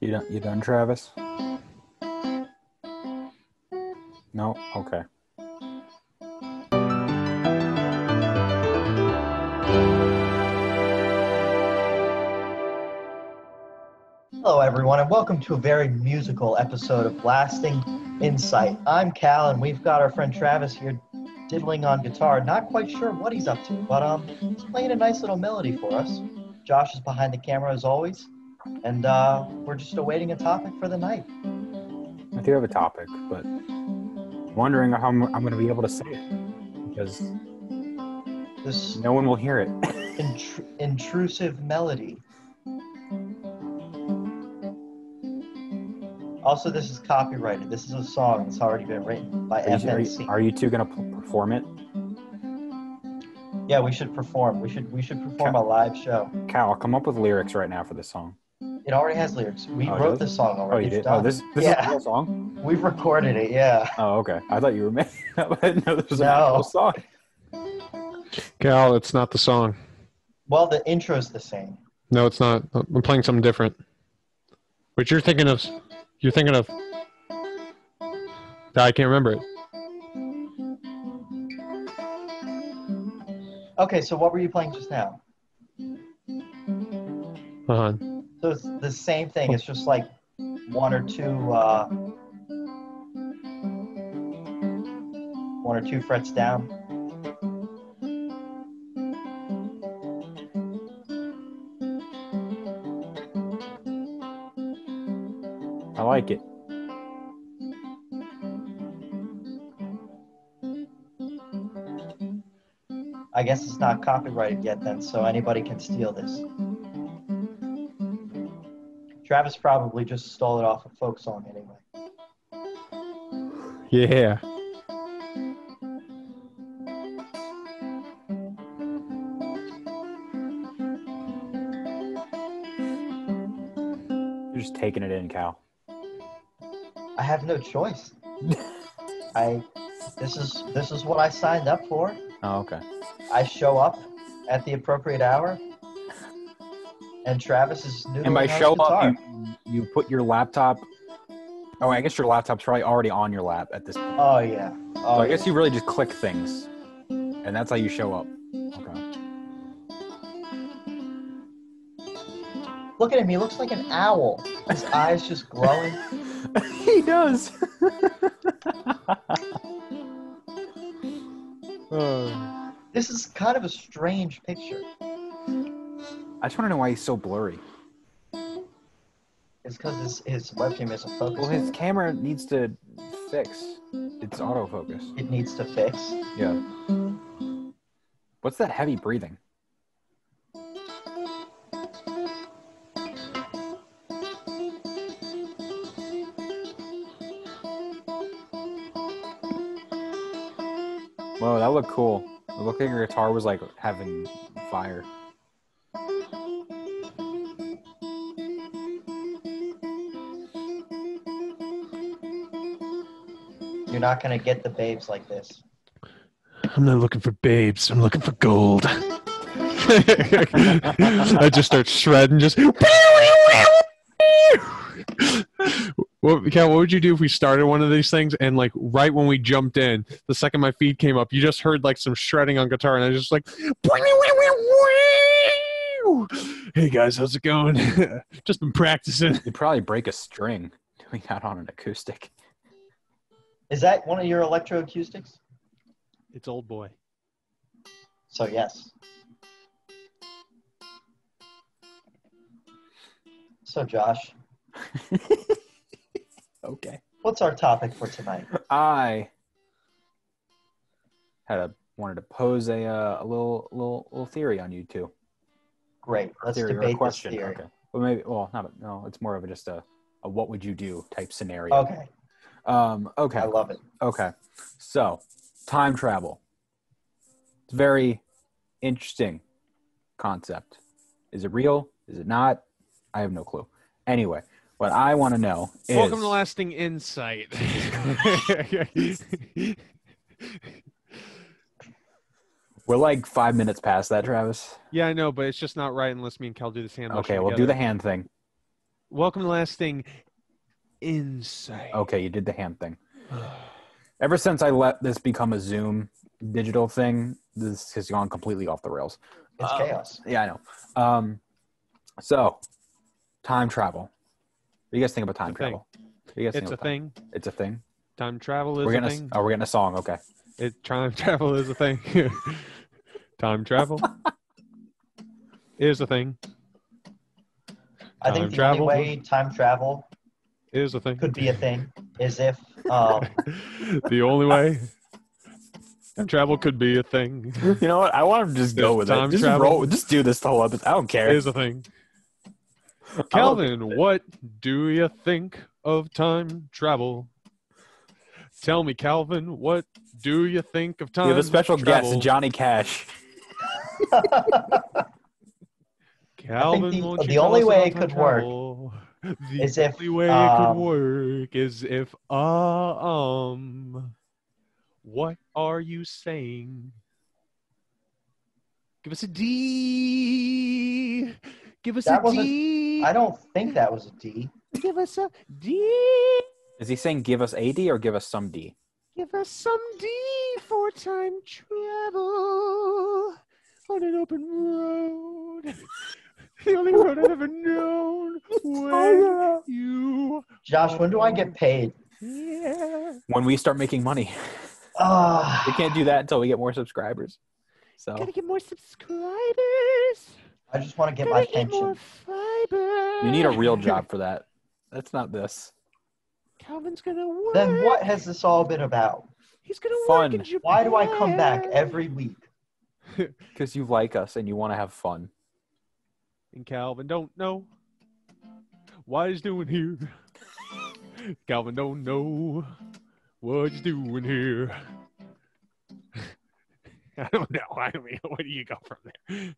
You done, you done, Travis? No? Okay. Hello, everyone, and welcome to a very musical episode of Blasting Insight. I'm Cal, and we've got our friend Travis here diddling on guitar. Not quite sure what he's up to, but um, he's playing a nice little melody for us. Josh is behind the camera as always, and uh, we're just awaiting a topic for the night. I do have a topic, but wondering how I'm, I'm going to be able to say it because This no one will hear it. intr- intrusive melody. Also, this is copyrighted. This is a song that's already been written by Are you, are FNC. you- are you two going to perform it? Yeah, we should perform. We should we should perform Okay. a live show. Cal, I'll come up with lyrics right now for this song. It already has lyrics. We Oh, it does? wrote this song Oh, already. you It's did? done. Oh, this, this is Yeah. a real song? We've recorded it. Yeah. Oh, okay. I thought you were making up. I didn't know this was No. a real song. Cal, it's not the song. Well, the intro's the same. No, it's not. I'm playing something different. But you're thinking of, you're thinking of. I can't remember it. Okay, so what were you playing just now? Uh-huh. So it's the same thing. It's just like one or two, uh, one or two frets down. I like it. I guess it's not copyrighted yet, then, so anybody can steal this. Travis probably just stole it off a folk song anyway. Yeah. You're just taking it in, Cal. I have no choice. I this is this is what I signed up for. Oh, okay. I show up at the appropriate hour. And Travis is new. And by show up, you, you put your laptop. Oh, I guess your laptop's probably already on your lap at this point. Oh yeah. Oh, So I guess you really just click things, and that's how you show up. Okay. yeah. Look at him. He looks like an owl. His eyes just glowing. he does. This is kind of a strange picture. I just want to know why he's so blurry. It's because his his webcam isn't focused. Well, his camera needs to fix its autofocus. it needs to fix. Yeah. What's that heavy breathing? Whoa, that looked cool. It looked like your guitar was like having fire. You're not gonna get the babes like this. I'm not looking for babes. I'm looking for gold. I just start shredding. Just. What, Cal, what would you do if we started one of these things and like right when we jumped in, the second my feed came up, you just heard like some shredding on guitar, and I was just like, "Hey guys, how's it going? just been practicing." You'd probably break a string doing that on an acoustic. Is that one of your electroacoustics? It's old boy. So yes. So Josh, Okay. what's our topic for tonight? I had a wanted to pose a uh, a little little little theory on you two. Great. Let's theory or debate this question. theory. Okay. Well, maybe. Well, not a, no. It's more of a, just a, a what would you do type scenario. Okay. Oh. Um. Okay. I love it. Okay. So, time travel. It's a very interesting concept. Is it real? Is it not? I have no clue. Anyway, what I want to know is Welcome to Lasting Insight. we're like five minutes past that, Travis. yeah, I know, but it's just not right unless me and Cal do the hand. Okay, we'll do the hand thing. Welcome to last thing. Insight. Okay, you did the hand thing. Ever since I let this become a Zoom digital thing, this has gone completely off the rails. It's Um, chaos. Yeah, I know. Um, so, time travel. What do you guys think about time It's a thing. travel? What do you guys think It's a about time- thing. It's a thing. Time travel is We're a gonna. thing. Oh, we're getting a song. Okay. It, time travel is a thing. time travel is a thing. I think time the travel. only way time travel Is a thing. could be a thing is if um, the only way time travel could be a thing You know what? I want to just go with it. Time Just travel. roll- Just do this the whole episode. I don't care. is a thing. Calvin, what do you think of time travel? Tell me, Calvin, what do you think of time? we have a special travel? guest, Johnny Cash. Calvin, I think the- won't you the tell only us way about it time could work travel? The is if, only way um, it could work is if uh, um, what are you saying? Give us a D. Give us That a wasn't- D. I don't think that was a D. Give us a D. Is he saying give us AD or give us some D? Give us some D for time travel on an open road. the only road I've ever known. Where you? Josh, when do I get paid? Yeah. When we start making money, Ah, we can't do that until we get more subscribers. So Gotta get more subscribers. I just want to get Gotta my eat more pension. fiber. you need a real job for that. That's not this. Calvin's gonna work. Then what has this all been about? He's gonna Fun. work in Japan. Why do I come back every week? Because you like us and you want to have fun. and Calvin don't know what he's doing here. Calvin don't know what he's doing here. I don't know. I mean, where do you go from there?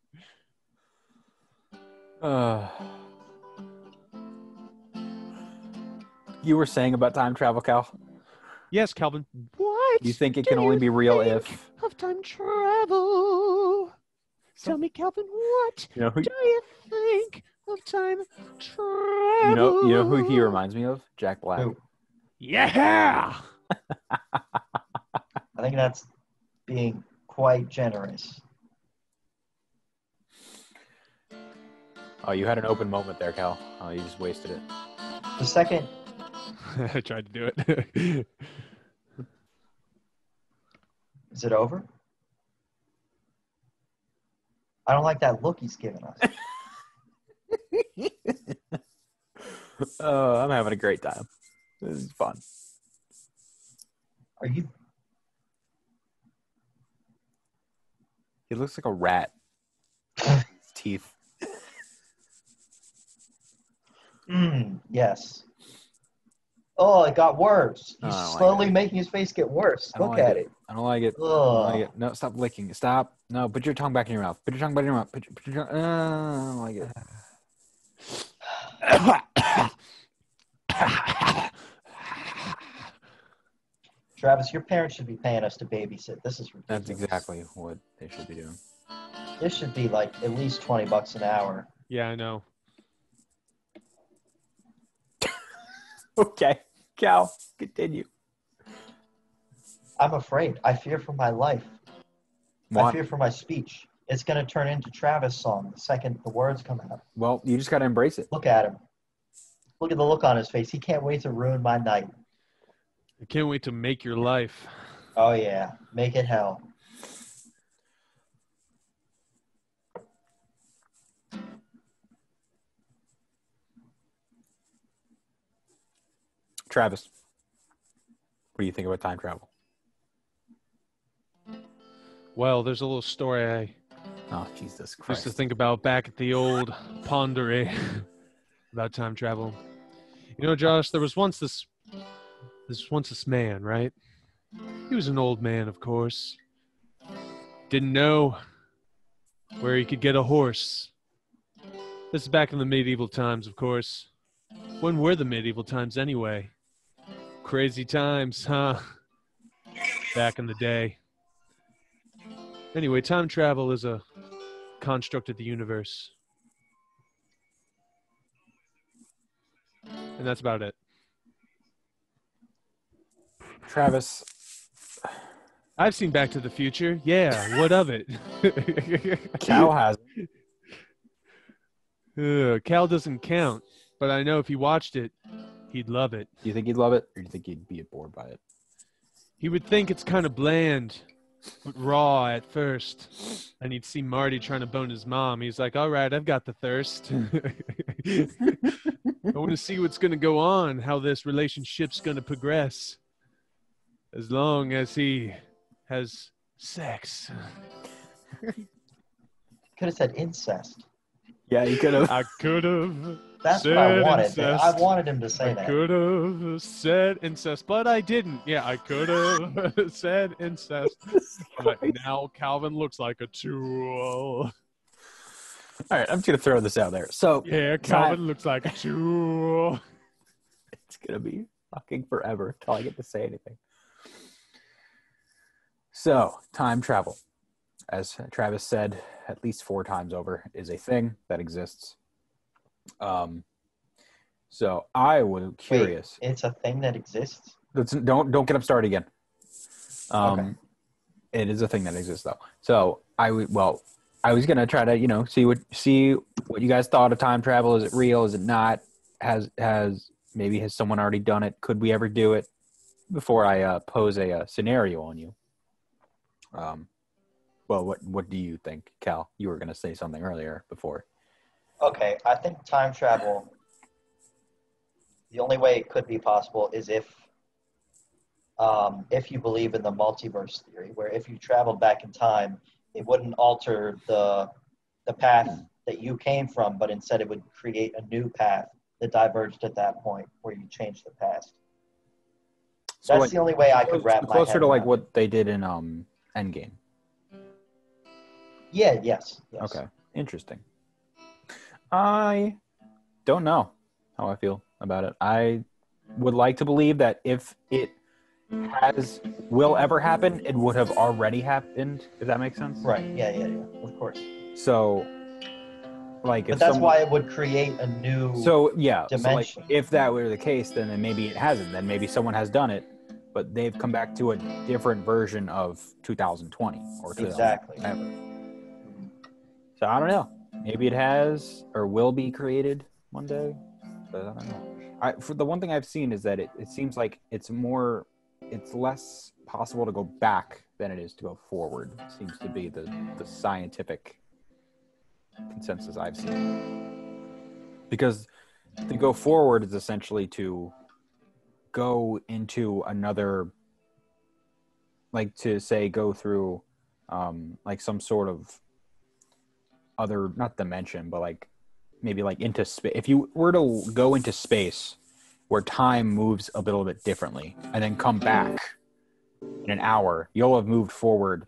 Uh, you were saying about time travel, Cal. Yes, Calvin. What? You think it do can only you be real think if of time travel? Tell me, Calvin, what you know who do you think of time travel? you know you know who he reminds me of? Jack Black. Who? Yeah. I think that's being quite generous. Oh, you had an open moment there, Cal. Oh, you just wasted it. The second, I tried to do it. is it over? I don't like that look he's giving us. Oh, I'm having a great time. This is fun. Are you? He looks like a rat. His teeth. Mm, yes. Oh, it got worse. He's I don't like slowly it. making his face get worse. I don't Look like at it. it. I don't like it. I don't like Ugh. it. No, stop licking. Stop. No, put your tongue back in your mouth. Put your tongue back in your mouth. Put your, put your tongue. Uh, I don't like it. Travis, your parents should be paying us to babysit. This is ridiculous. That's exactly what they should be doing. This should be like at least twenty bucks an hour. yeah, I know. Okay, Cal, continue. I'm afraid. I fear for my life. I fear for my speech. It's going to turn into Travis' song the second the words come out. Well, you just gotta embrace it. Look at him. Look at the look on his face. He can't wait to ruin my night. I can't wait to make your life. Oh, yeah. Make it hell. Travis, what do you think about time travel? Well, there's a little story I Oh, Jesus used Christ. to think about back at the old pondery about time travel. You know, Josh, there was once this this once this man, right? He was an old man, of course. Didn't know where he could get a horse. This is back in the medieval times, of course. When were the medieval times anyway? Crazy times, huh? Back in the day. Anyway, time travel is a construct of the universe. and that's about it. Travis, I've seen Back to the Future. Yeah, what of it? Cal has Ugh, Cal doesn't count, but I know if he watched it, he'd love it. Do you think he'd love it, or do you think he'd be bored by it? He would think it's kind of bland, but raw at first. And he'd see Marty trying to bone his mom. He's like, all right, I've got the thirst. I want to see what's going to go on, how this relationship's going to progress. As long as he has sex. Could have said incest. Yeah, he could have. I could have. That's what I Said wanted. I incest. wanted him to say I that. could have said incest, but I didn't. Yeah, I could have said incest, but now Calvin looks like a tool. All right, I'm just gonna throw this out there. So Yeah, Calvin looks like a tool. it's gonna be fucking forever till I get to say anything. So time travel, as Travis said at least four times over, is a thing that exists. Um, so I was curious. It's a thing that exists. Let's, don't don't get him started again. Um, Okay. it is a thing that exists though. So I would well, I was gonna try to you know see what see what you guys thought of time travel. Is it real? Is it not? Has has maybe has someone already done it? Could we ever do it? Before I uh, pose a, uh scenario on you. Um, well, what what do you think, Cal? You were gonna say something earlier before. Okay, I think time travel. The only way it could be possible is if, um, if you believe in the multiverse theory, where if you traveled back in time, it wouldn't alter the, the path that you came from, but instead it would create a new path that diverged at that point where you changed the past. So That's like, the only way I could wrap my closer head to like around what they did in um Endgame. it. Yeah. Yes. yes. Okay. Interesting. I don't know how I feel about it. I would like to believe that if it has will ever happen, it would have already happened, if that makes sense. Right. Yeah. Yeah. Yeah. Of course. So like But if that's someone- why it would create a new. so yeah, so, like, dimension. if that were the case, then, then maybe it hasn't. Then maybe someone has done it, but they've come back to a different version of 2020 or 2000 Exactly. ever. So I don't know. Maybe it has or will be created one day. But I don't know. I, for the one thing I've seen is that it, it seems like it's more, it's less possible to go back than it is to go forward. Seems to be the, the scientific consensus I've seen. Because to go forward is essentially to go into another, like to say, go through um, like some sort of other not dimension but like maybe like into space if you were to go into space where time moves a little bit differently and then come back in an hour you'll have moved forward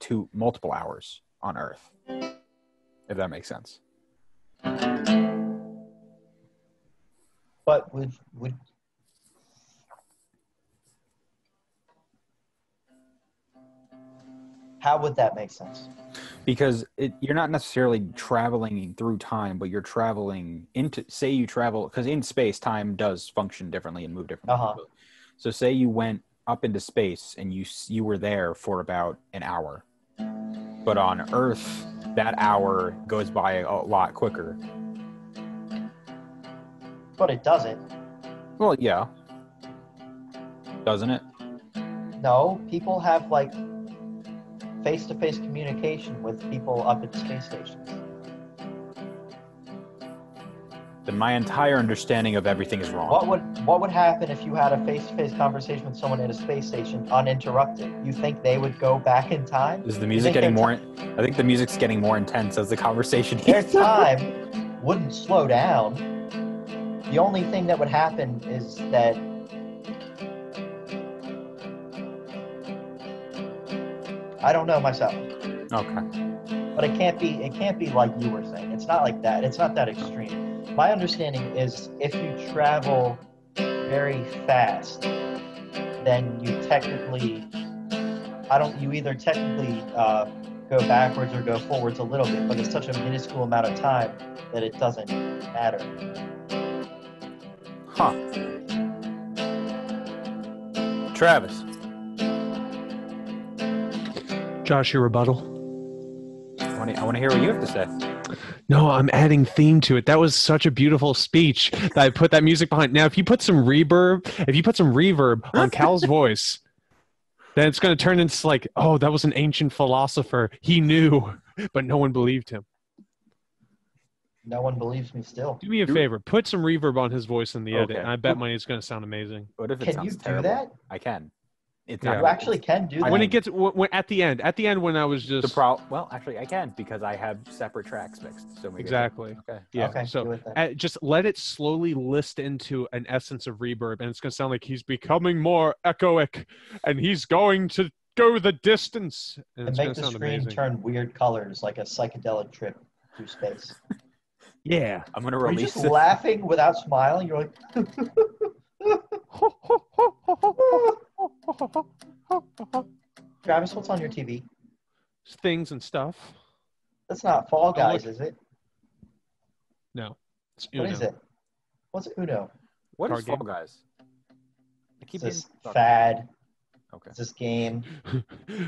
to multiple hours on earth if that makes sense But would would how would that make sense? because it, you're not necessarily traveling through time but you're traveling into say you travel because in space time does function differently and move differently Uh-huh. so say you went up into space and you s- you were there for about an hour but on earth that hour goes by a lot quicker But it doesn't. well yeah doesn't it No, people have like face-to-face communication with people up at space stations. then my entire understanding of everything is wrong What would what would happen if you had a face-to-face conversation with someone at a space station uninterrupted? You think they would go back in time? is the music think they're getting more i think the music's getting more intense as the conversation their time wouldn't slow down. The only thing that would happen is that I don't know myself, okay but it can't be it can't be like you were saying. It's not like that. It's not that extreme. My understanding is if you travel very fast, then you technically I don't you either technically uh, go backwards or go forwards a little bit, but it's such a minuscule amount of time that it doesn't matter. Huh. Travis, Josh, your rebuttal? I want to hear what you have to say. No, I'm adding theme to it. That was such a beautiful speech that I put that music behind. Now, if you put some reverb, if you put some reverb on Cal's voice, then it's going to turn into like, oh, that was an ancient philosopher. He knew, but no one believed him. No one believes me still. Do me a Do- favor, put some reverb on his voice in the edit, Okay. and I bet money it's going to sound amazing. What if it Can you sounds do terrible? that? I can. It's Yeah. not You actually can do that. I When it mean- gets when, when, at the end, at the end, when I was the just pro. Well, actually, I can because I have separate tracks mixed. So maybe I can- exactly, Okay. yeah. okay, so do it then. uh, just let it slowly list into an essence of reverb and it's going to sound like he's becoming more echoic and he's going to go the distance and and it's make the going to sound screen amazing turn weird colors like a psychedelic trip through space. yeah I'm gonna Are you release just this. laughing without smiling? You're like, Travis, what's on your TV? things and stuff That's not Fall I'm Guys, look- is it? no it's What Uno. is it? What's Uno? What is card game. Fall Guys? I keep It's this getting- fad. Okay. It's this game. Is it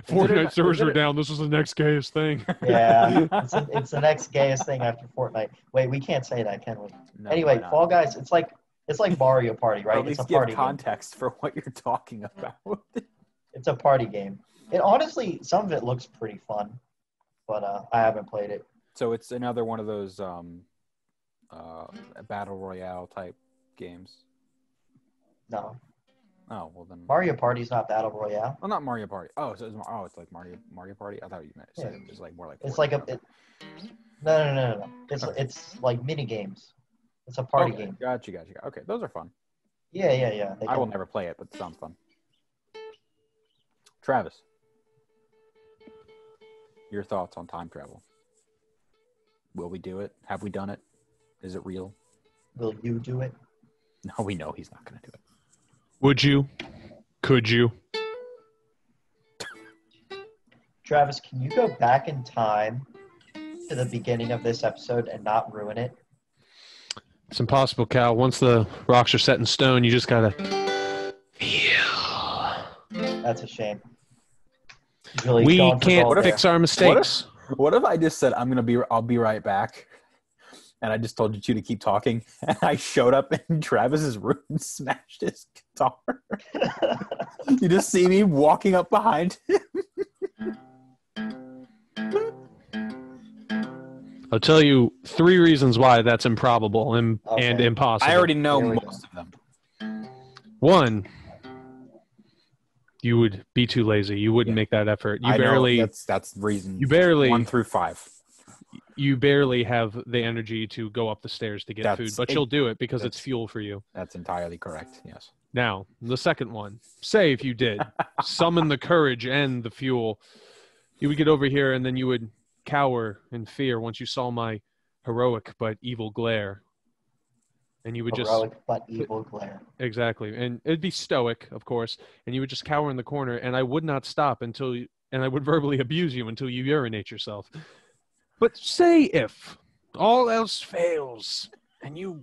a- Fortnite servers is it are a- down. This was the next gayest thing. Yeah, it's, it's the next gayest thing after Fortnite. Wait, we can't say that, can we? No, why anyway, not? Fall Guys, it's like it's like Mario Party, right? At It's least a give party. game. context for what you're talking about. It's a party game. And honestly, some of it looks pretty fun, but uh, I haven't played it. so it's another one of those um, uh, battle royale type games. No, Oh well, then. Mario Party's not battle royale. well, not Mario Party. Oh, so it's, oh, it's like Mario Mario Party. I thought you meant said it was like more like. It's Fortnite. like a Okay. it, no, no, no, no, no. It's Okay. it's like mini games. It's a party Okay, game. Gotcha, gotcha, gotcha. Okay, those are fun. Yeah, yeah, yeah. They I can- will never play it, but it sounds fun. Travis, your thoughts on time travel? Will we do it? Have we done it? Is it real? Will you do it? No, we know he's not going to do it. Would you? Could you? Travis, can you go back in time to the beginning of this episode and not ruin it? It's impossible, Cal. Once the rocks are set in stone, you just gotta. That's a shame. He's Really we going for gold can't there. fix our mistakes. What if I just said I'm going to be I'll be right back? And I just told you two to keep talking, and I showed up in Travis's room and smashed his guitar. you just see me walking up behind I'll tell you three reasons why that's improbable and, and Okay. impossible. I already know There we go. most of them. one. You would be too lazy. You wouldn't Yeah. make that effort. You I know barely, that's that's reason you barely, one through five. you barely have the energy to go up the stairs to get That's food, but it- you'll do it because it's that's- fuel for you. That's entirely correct. Yes. Now, the second one. Say if you did summon the courage and the fuel, you would get over here and then you would cower in fear once you saw my heroic but evil glare. And you would just heroic but evil glare. exactly, and it'd be stoic, of course, and you would just cower in the corner and I would not stop until you, and I would verbally abuse you until you urinate yourself. But say if all else fails and you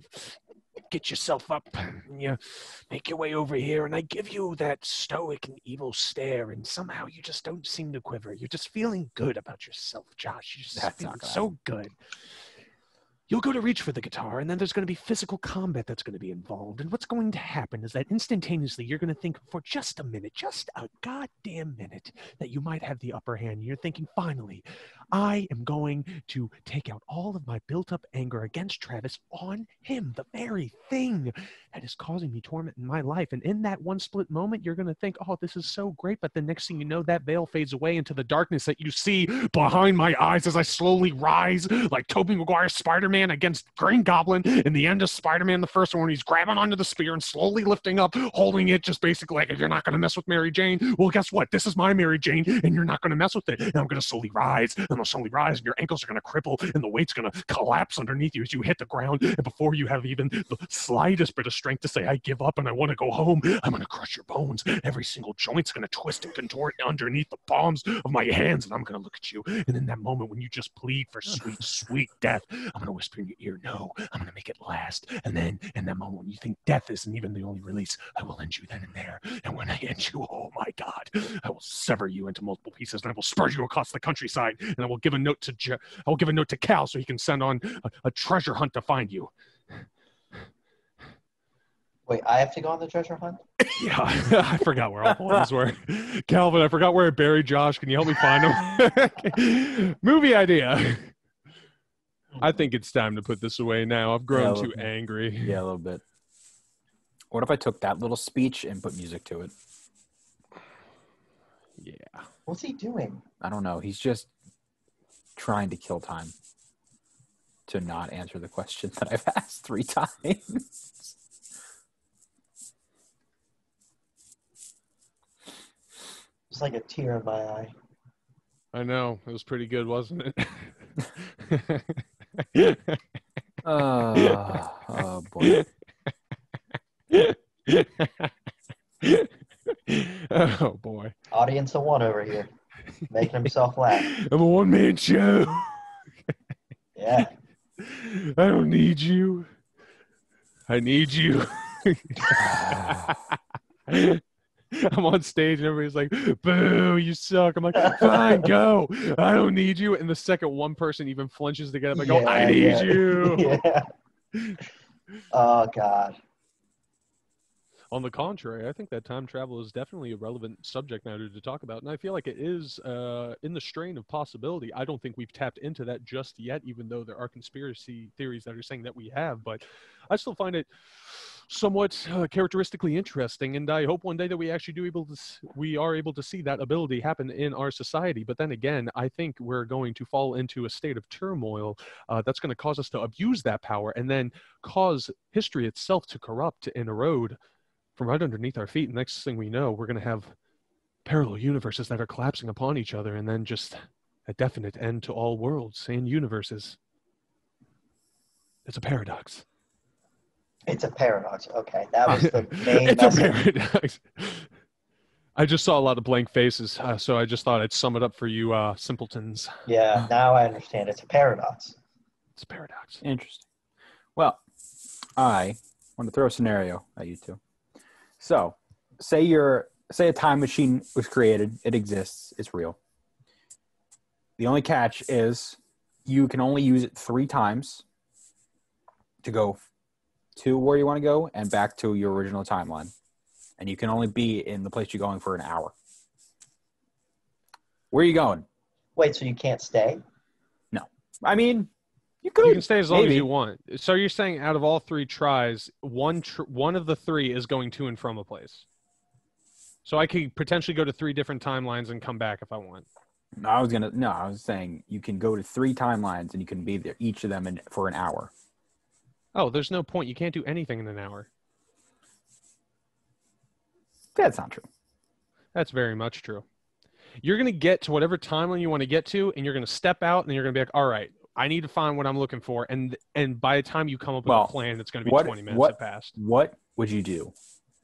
get yourself up and you make your way over here and i give you that stoic and evil stare and somehow you just don't seem to quiver you're just feeling good about yourself josh you're just That's feeling not gonna so good you'll go to reach for the guitar and then there's going to be physical combat that's going to be involved and what's going to happen is that instantaneously you're going to think for just a minute just a goddamn minute that you might have the upper hand you're thinking finally I am going to take out all of my built up anger against Travis on him, the very thing that is causing me torment in my life. And in that one split moment, you're going to think, oh, this is so great. But the next thing you know, that veil fades away into the darkness that you see behind my eyes as I slowly rise like Tobey Maguire's Spider Man against Green Goblin in the end of Spider Man, the first one. He's grabbing onto the spear and slowly lifting up, holding it, just basically like, if you're not going to mess with Mary Jane, well, guess what? This is my Mary Jane, and you're not going to mess with it. And I'm going to slowly rise, and I'll slowly rise, and your ankles are going to cripple, and the weight's going to collapse underneath you as you hit the ground. And before you have even the slightest bit of strength to say, I give up and I want to go home, I'm going to crush your bones. Every single joint's going to twist and contort underneath the palms of my hands, and I'm going to look at you. And in that moment, when you just plead for sweet, sweet death, I'm going to whisper whisper in your ear, No, I'm gonna make it last. And then in that moment when you think death isn't even the only release, I will end you then and there. And when I end you, oh my god, I will sever you into multiple pieces and I will spurge you across the countryside. And I will give a note to Je- I will give a note to Cal so he can send on a, a treasure hunt to find you. Wait, I have to go on the treasure hunt? Yeah, I forgot where all the ones were. Calvin, I forgot where I buried Josh. Can you help me find him? Movie idea. I think it's time to put this away now. I've grown Yeah, too okay. angry. Yeah, a little bit. What if I took that little speech and put music to it? Yeah. What's he doing? I don't know. He's just trying to kill time to not answer the question that I've asked three times. It's like a tear in my eye. I know. It was pretty good, wasn't it? Uh, oh boy. oh boy. Audience of one over here, making himself laugh. I'm a one man show. Yeah. I don't need you. I need you. Ah, I'm on stage and everybody's like, boo, you suck. I'm like, fine, go. I don't need you. And the second one person even flinches to get up, I go, Yeah, I need yeah. you. yeah. Oh God. On the contrary, I think that time travel is definitely a relevant subject matter to talk about. And I feel like it is uh, in the strain of possibility. I don't think we've tapped into that just yet, even though there are conspiracy theories that are saying that we have. But I still find it somewhat uh, characteristically interesting. And I hope one day that we actually do able to, s- we are able to see that ability happen in our society. But then again, I think we're going to fall into a state of turmoil uh, that's going to cause us to abuse that power and then cause history itself to corrupt and erode from right underneath our feet. And next thing we know, we're going to have parallel universes that are collapsing upon each other, and then just a definite end to all worlds and universes. It's a paradox. It's a paradox. Okay, that was the main it's a message. paradox. I just saw a lot of blank faces, uh, so I just thought I'd sum it up for you, uh, simpletons. Yeah, now I understand. It's a paradox. It's a paradox. Interesting. Well, I want to throw a scenario at you two. So, say you're say a time machine was created, it exists, it's real. The only catch is you can only use it 3 times to go to where you want to go and back to your original timeline. And you can only be in the place you're going for an hour. Where are you going? Wait, so you can't stay? I mean, you could You can stay as long as maybe. you want. So you're saying, out of all three tries, one tr- one of the three is going to and from a place. So I could potentially go to three different timelines and come back if I want. No, I was gonna. No, I was saying you can go to three timelines and you can be there each of them in, for an hour. Oh, there's no point. You can't do anything in an hour. That's not true. That's very much true. You're going to get to whatever timeline you want to get to, and you're going to step out, and you're going to be like, all right, I need to find what I'm looking for. And and by the time you come up with Well, a plan, it's going to be what- 20 minutes what- have passed. What would you do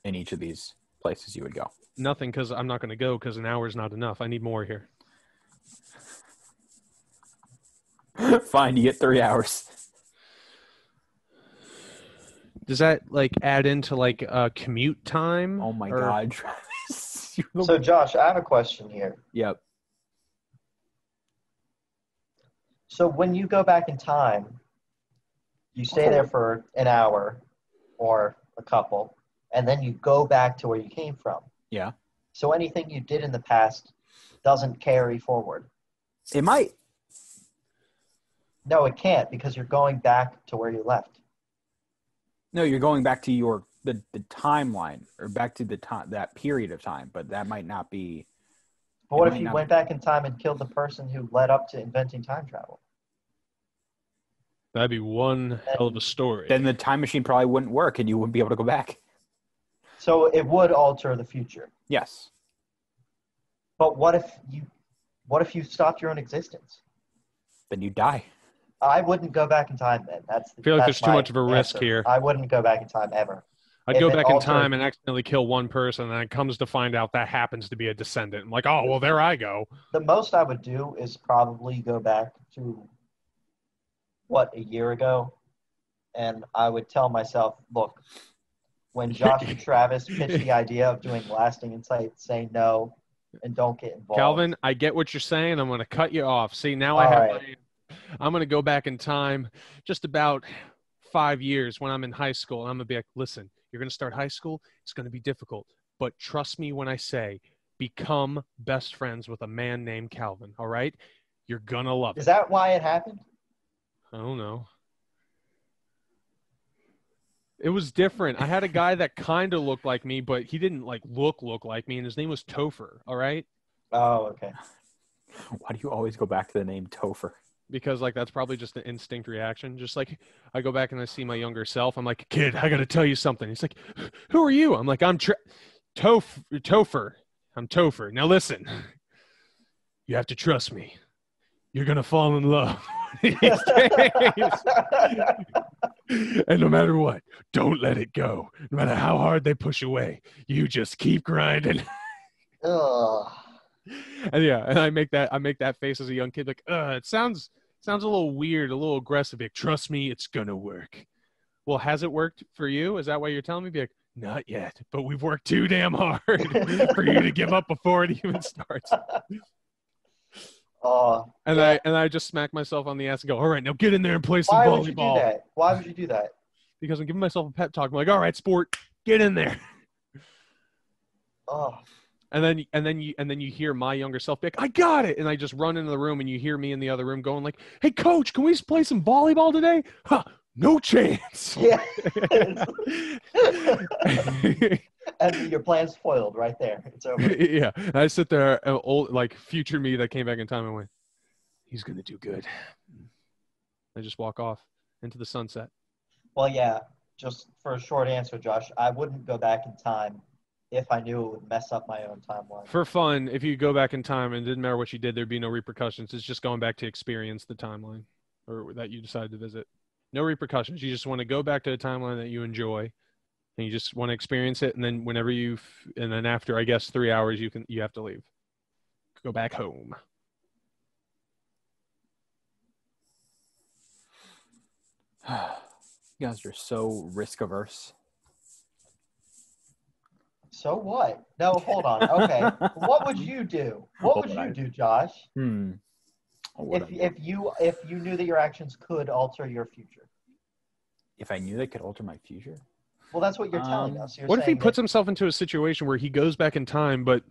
in each of these places you would go? Nothing because I'm not going to go because an hour is not enough. I need more here. Fine, you get three hours. Does that like add into like uh, commute time? Oh my Or- god, Travis! You're the- So, Josh, I have a question here. yep. So, when you go back in time, you stay there for an hour or a couple, and then you go back to where you came from. Yeah. So, anything you did in the past doesn't carry forward. It might. No, it can't because you're going back to where you left. No, you're going back to your the, the timeline or back to the time that period of time, but that might not be. But what It if might you not went back in time and killed the person who led up to inventing time travel? That'd be one hell of a story. Then the time machine probably wouldn't work, and you wouldn't be able to go back. So, it would alter the future. Yes. But what if you what if you stopped your own existence? Then you die. I wouldn't go back in time then. That's the, I feel like that's there's too my much of a risk answer. here. I wouldn't go back in time ever. I'd if go it back in altered- time and accidentally kill one person, and then it comes to find out that happens to be a descendant. I'm like, oh, well, there I go. The most I would do is probably go back to what a year ago, and I would tell myself, look, when Josh and Travis pitched the idea of doing lasting insight, say no and don't get involved. Calvin, I get what you're saying. I'm going to cut you off. See, now I All have. right. my- I'm going to go back in time just about five years when I'm in high school. And I'm going to be like, listen, you're going to start high school. It's going to be difficult. But trust me when I say, become best friends with a man named Calvin. All right? You're going to love Is it. that why it happened? I don't know. It was different. I had a guy that kind of looked like me, but he didn't like look look like me, and his name was Topher. All right, Oh, okay. Why do you always go back to the name Topher? because like that's probably just an instinct reaction. Just like I go back and I see my younger self, I'm like, kid, I gotta tell you something. He's like, who are you? I'm like, I'm tra- Tof- Topher. I'm Topher. Now listen, you have to trust me. You're gonna fall in love. and no matter what, don't let it go. No matter how hard they push away, you just keep grinding. Ugh. and yeah, and I make that I make that face as a young kid, like, uh, it sounds sounds a little weird, a little aggressive. Like, trust me, it's gonna work. Well, has it worked for you? Is that why you're telling me? Be like, not yet, but we've worked too damn hard for you to give up before it even starts. Oh, And I and I just smack myself on the ass and go, all right, now get in there and play some why would you do volleyball. that? Why would you do that? Because I'm giving myself a pep talk. I'm like, all right, sport, get in there. Oh, And then and then you and then you hear my younger self be like, I got it. And I just run into the room and you hear me in the other room going like, Hey coach, can we s- play some volleyball today? Huh, no chance. yeah. and your plan's foiled right there. It's over. yeah. And I sit there uh, old like future me that came back in time and went, He's gonna do good. I just walk off into the sunset. Well, yeah. Just for a short answer, Josh, I wouldn't go back in time if I knew it would mess up my own timeline. For fun, if you go back in time and it didn't matter what you did, there'd be no repercussions. It's just going back to experience the timeline or that you decided to visit. No repercussions. You just want to go back to a timeline that you enjoy and you just want to experience it and then whenever you f- and then after I guess 3 hours you can you have to leave. Go back home. you guys are so risk averse. So what? No, hold on. Okay. what would you do? What would you do, Josh, Hmm. What if, I do? if you if you knew that your actions could alter your future? if I knew that could alter my future, Well, that's what you're telling Um, us. You're What if he saying that- puts himself into a situation where he goes back in time but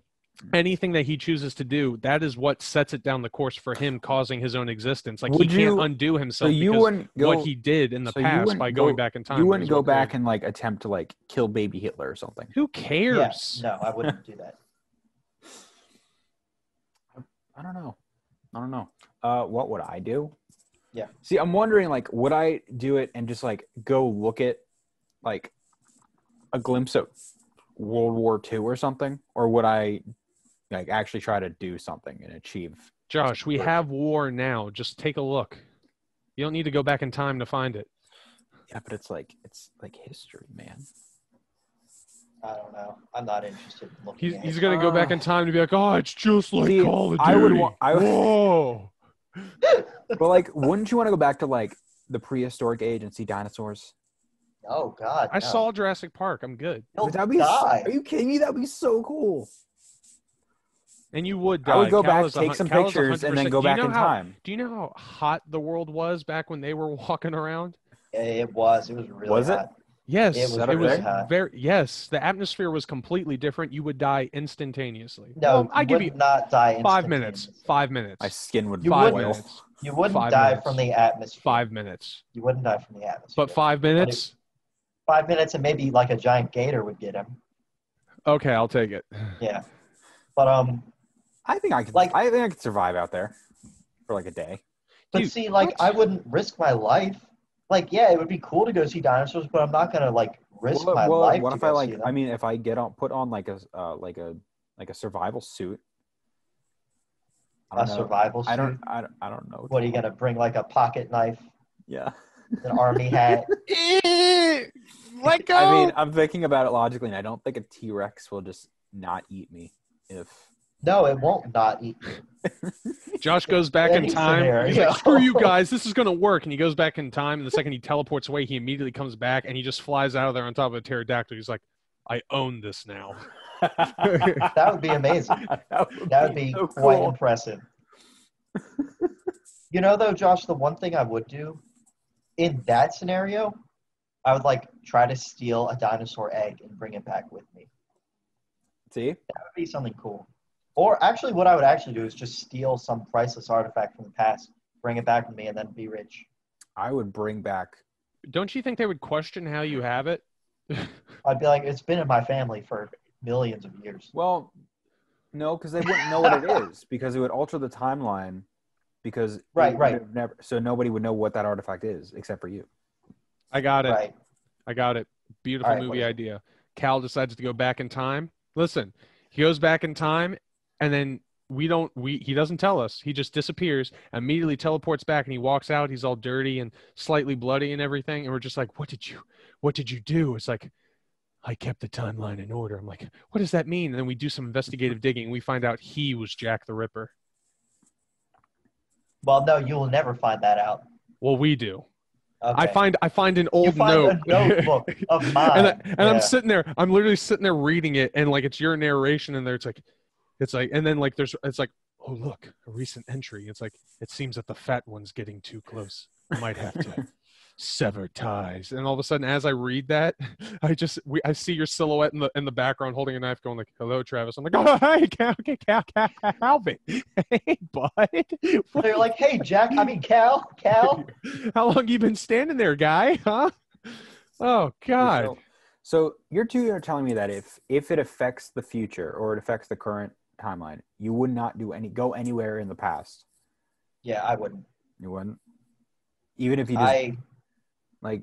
anything that he chooses to do, that is what sets it down the course for him causing his own existence. Like Would he can't you- undo so himself you because wouldn't go. what he did in the so you past wouldn't by going go- back in time. you is wouldn't go what they- back and like attempt to like kill baby Hitler or something. Who Yeah, cares? no, I wouldn't do that. I don't know. I don't know. Uh, what would I do? Yeah. See, I'm wondering, like, would I do it and just like go look at like a glimpse of World War II or something, or would I like actually try to do something and achieve? Josh, we have war now. Just take a look. You don't need to go back in time to find it. Yeah, but it's like it's like history, man. I don't know. I'm not interested in looking. He's, at he's it. gonna go back in time to be like, oh, it's just like uh, See, Call of Duty. I would wa- I would- Whoa. But like, wouldn't you want to go back to like the prehistoric age and see dinosaurs? Oh God! I no. saw Jurassic Park. I'm good. He'll That'd be. die. Are you kidding me? That'd be so cool. And you would. Die. I would go Cal back, is a take hun- some Cal is a pictures, and then 100%. go Do you back know in how- time. Do you know how hot the world was back when they were walking around? It was. It was really. Was it? hot. Yes, It was that a really thing? hot. very. Yes, the atmosphere was completely different. You would die instantaneously. No, Well, I you give would you not die. five minutes. instantaneously. Five minutes. My skin would You five boil. wouldn't. minutes. You wouldn't Five die minutes. from the atmosphere. Five minutes. You wouldn't die from the atmosphere. But five minutes? five minutes, and maybe like a giant gator would get him. Okay, I'll take it. Yeah. But um, I think I could. Like- Like, I think I could survive out there for like a day. but Dude, see, like what? I wouldn't risk my life. Like, yeah, it would be cool to go see dinosaurs, but I'm not gonna like risk Well, my well, life. what to if go I see like? them. I mean, if I get on, put on like a uh, like a like a survival suit. I a don't know. survival suit? I don't. I don't, I don't know. What are you gonna bring? Like a pocket knife, Yeah. an army hat. Let go. I mean, I'm thinking about it logically, and I don't think a T Rex will just not eat me if No, it won't not eat. Josh goes back in Any time. and He's scenario. like, screw you guys, this is going to work. And he goes back in time. And the second he teleports away, he immediately comes back and he just flies out of there on top of a pterodactyl. He's like, I own this now. that That would be amazing. would That would be so quite cool. impressive. you know, though, Josh, the one thing I would do in that scenario, I would like try to steal a dinosaur egg and bring it back with me. See? That would be something cool. Or actually, what I would actually do is just steal some priceless artifact from the past, bring it back with me, and then be rich. I would bring back Don't you think they would question how you have it? I'd be like, it's been in my family for millions of years. Well, no, because they wouldn't know what it is because it would alter the timeline. Because it Right, would right. have Never, so nobody would know what that artifact is except for you. I got it. Right. I got it. Beautiful All right, what movie is it? idea. Cal decides to go back in time. Listen, he goes back in time and then we don't we he doesn't tell us. He just disappears, immediately teleports back and he walks out. He's all dirty and slightly bloody and everything and we're just like, "What did you what did you do?" It's like I kept the timeline in order. I'm like, "What does that mean?" And then we do some investigative digging. and We find out he was Jack the Ripper. Well, no, you will never find that out. Well, we do. Okay. I find I find an old you find a note. notebook of mine. and I, and Yeah. I'm sitting there, I'm literally sitting there reading it, and like it's your narration in there. It's like, it's like, and then like there's, it's like, oh look, a recent entry. It's like it seems that the fat one's getting too close. Might have to sever ties. And all of a sudden, as I read that, I just we, I see your silhouette in the in the background holding a knife, going like, "Hello, Travis." I'm like, "Oh, hey, Cal, Cal, Cal, Calvin, hey, bud." What- They're like, hey, Jack, I mean, Cal, Cal. How long you been standing there, guy? Huh? Oh God. So, so your two are telling me that if if it affects the future or it affects the current timeline, you would not do any go anywhere in the past. Yeah, I wouldn't. You wouldn't, even if you just I, like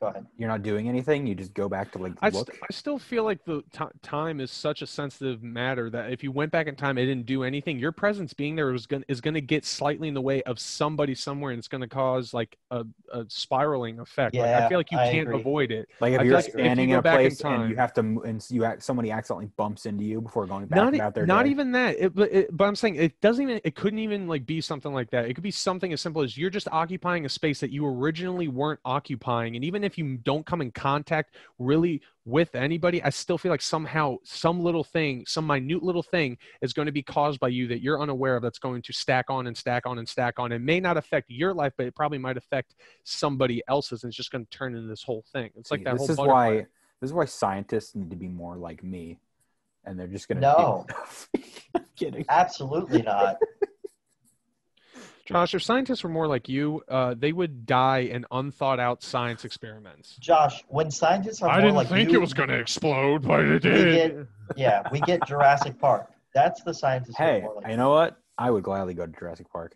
go ahead. you're not doing anything, you just go back to like I, st- look. I still feel like the ti time is such a sensitive matter that if you went back in time and didn't do anything, your presence being there was gonna, is going to get slightly in the way of somebody somewhere, and it's going to cause like a, a spiraling effect. like, I Yeah, feel like you I can't agree. avoid it. like if I you're just- if you standing go in a back in place and you time- have to, m- and you act, somebody accidentally bumps into you before going back not e- about their not day. even that. It, but, it, but I'm saying it doesn't even. It couldn't even like be something like that. It could be something as simple as you're just occupying a space that you originally weren't occupying, and even if you don't come in contact really with anybody, I still feel like somehow some little thing, some minute little thing, is going to be caused by you that you're unaware of. That's going to stack on and stack on and stack on. It may not affect your life, but it probably might affect somebody else's, and it's just going to turn into this whole thing. It's like See, that this whole. is butterfly why this is why scientists need to be more like me, and they're just gonna do No. stuff. I'm kidding. Absolutely not. Josh, if scientists were more like you, uh, they would die in unthought out science experiments. Josh, when scientists are I more didn't like think you, it was going to explode, but it we did. get, yeah, we get Jurassic Park. That's the scientists who are Hey, more like you know what? I would gladly go to Jurassic Park.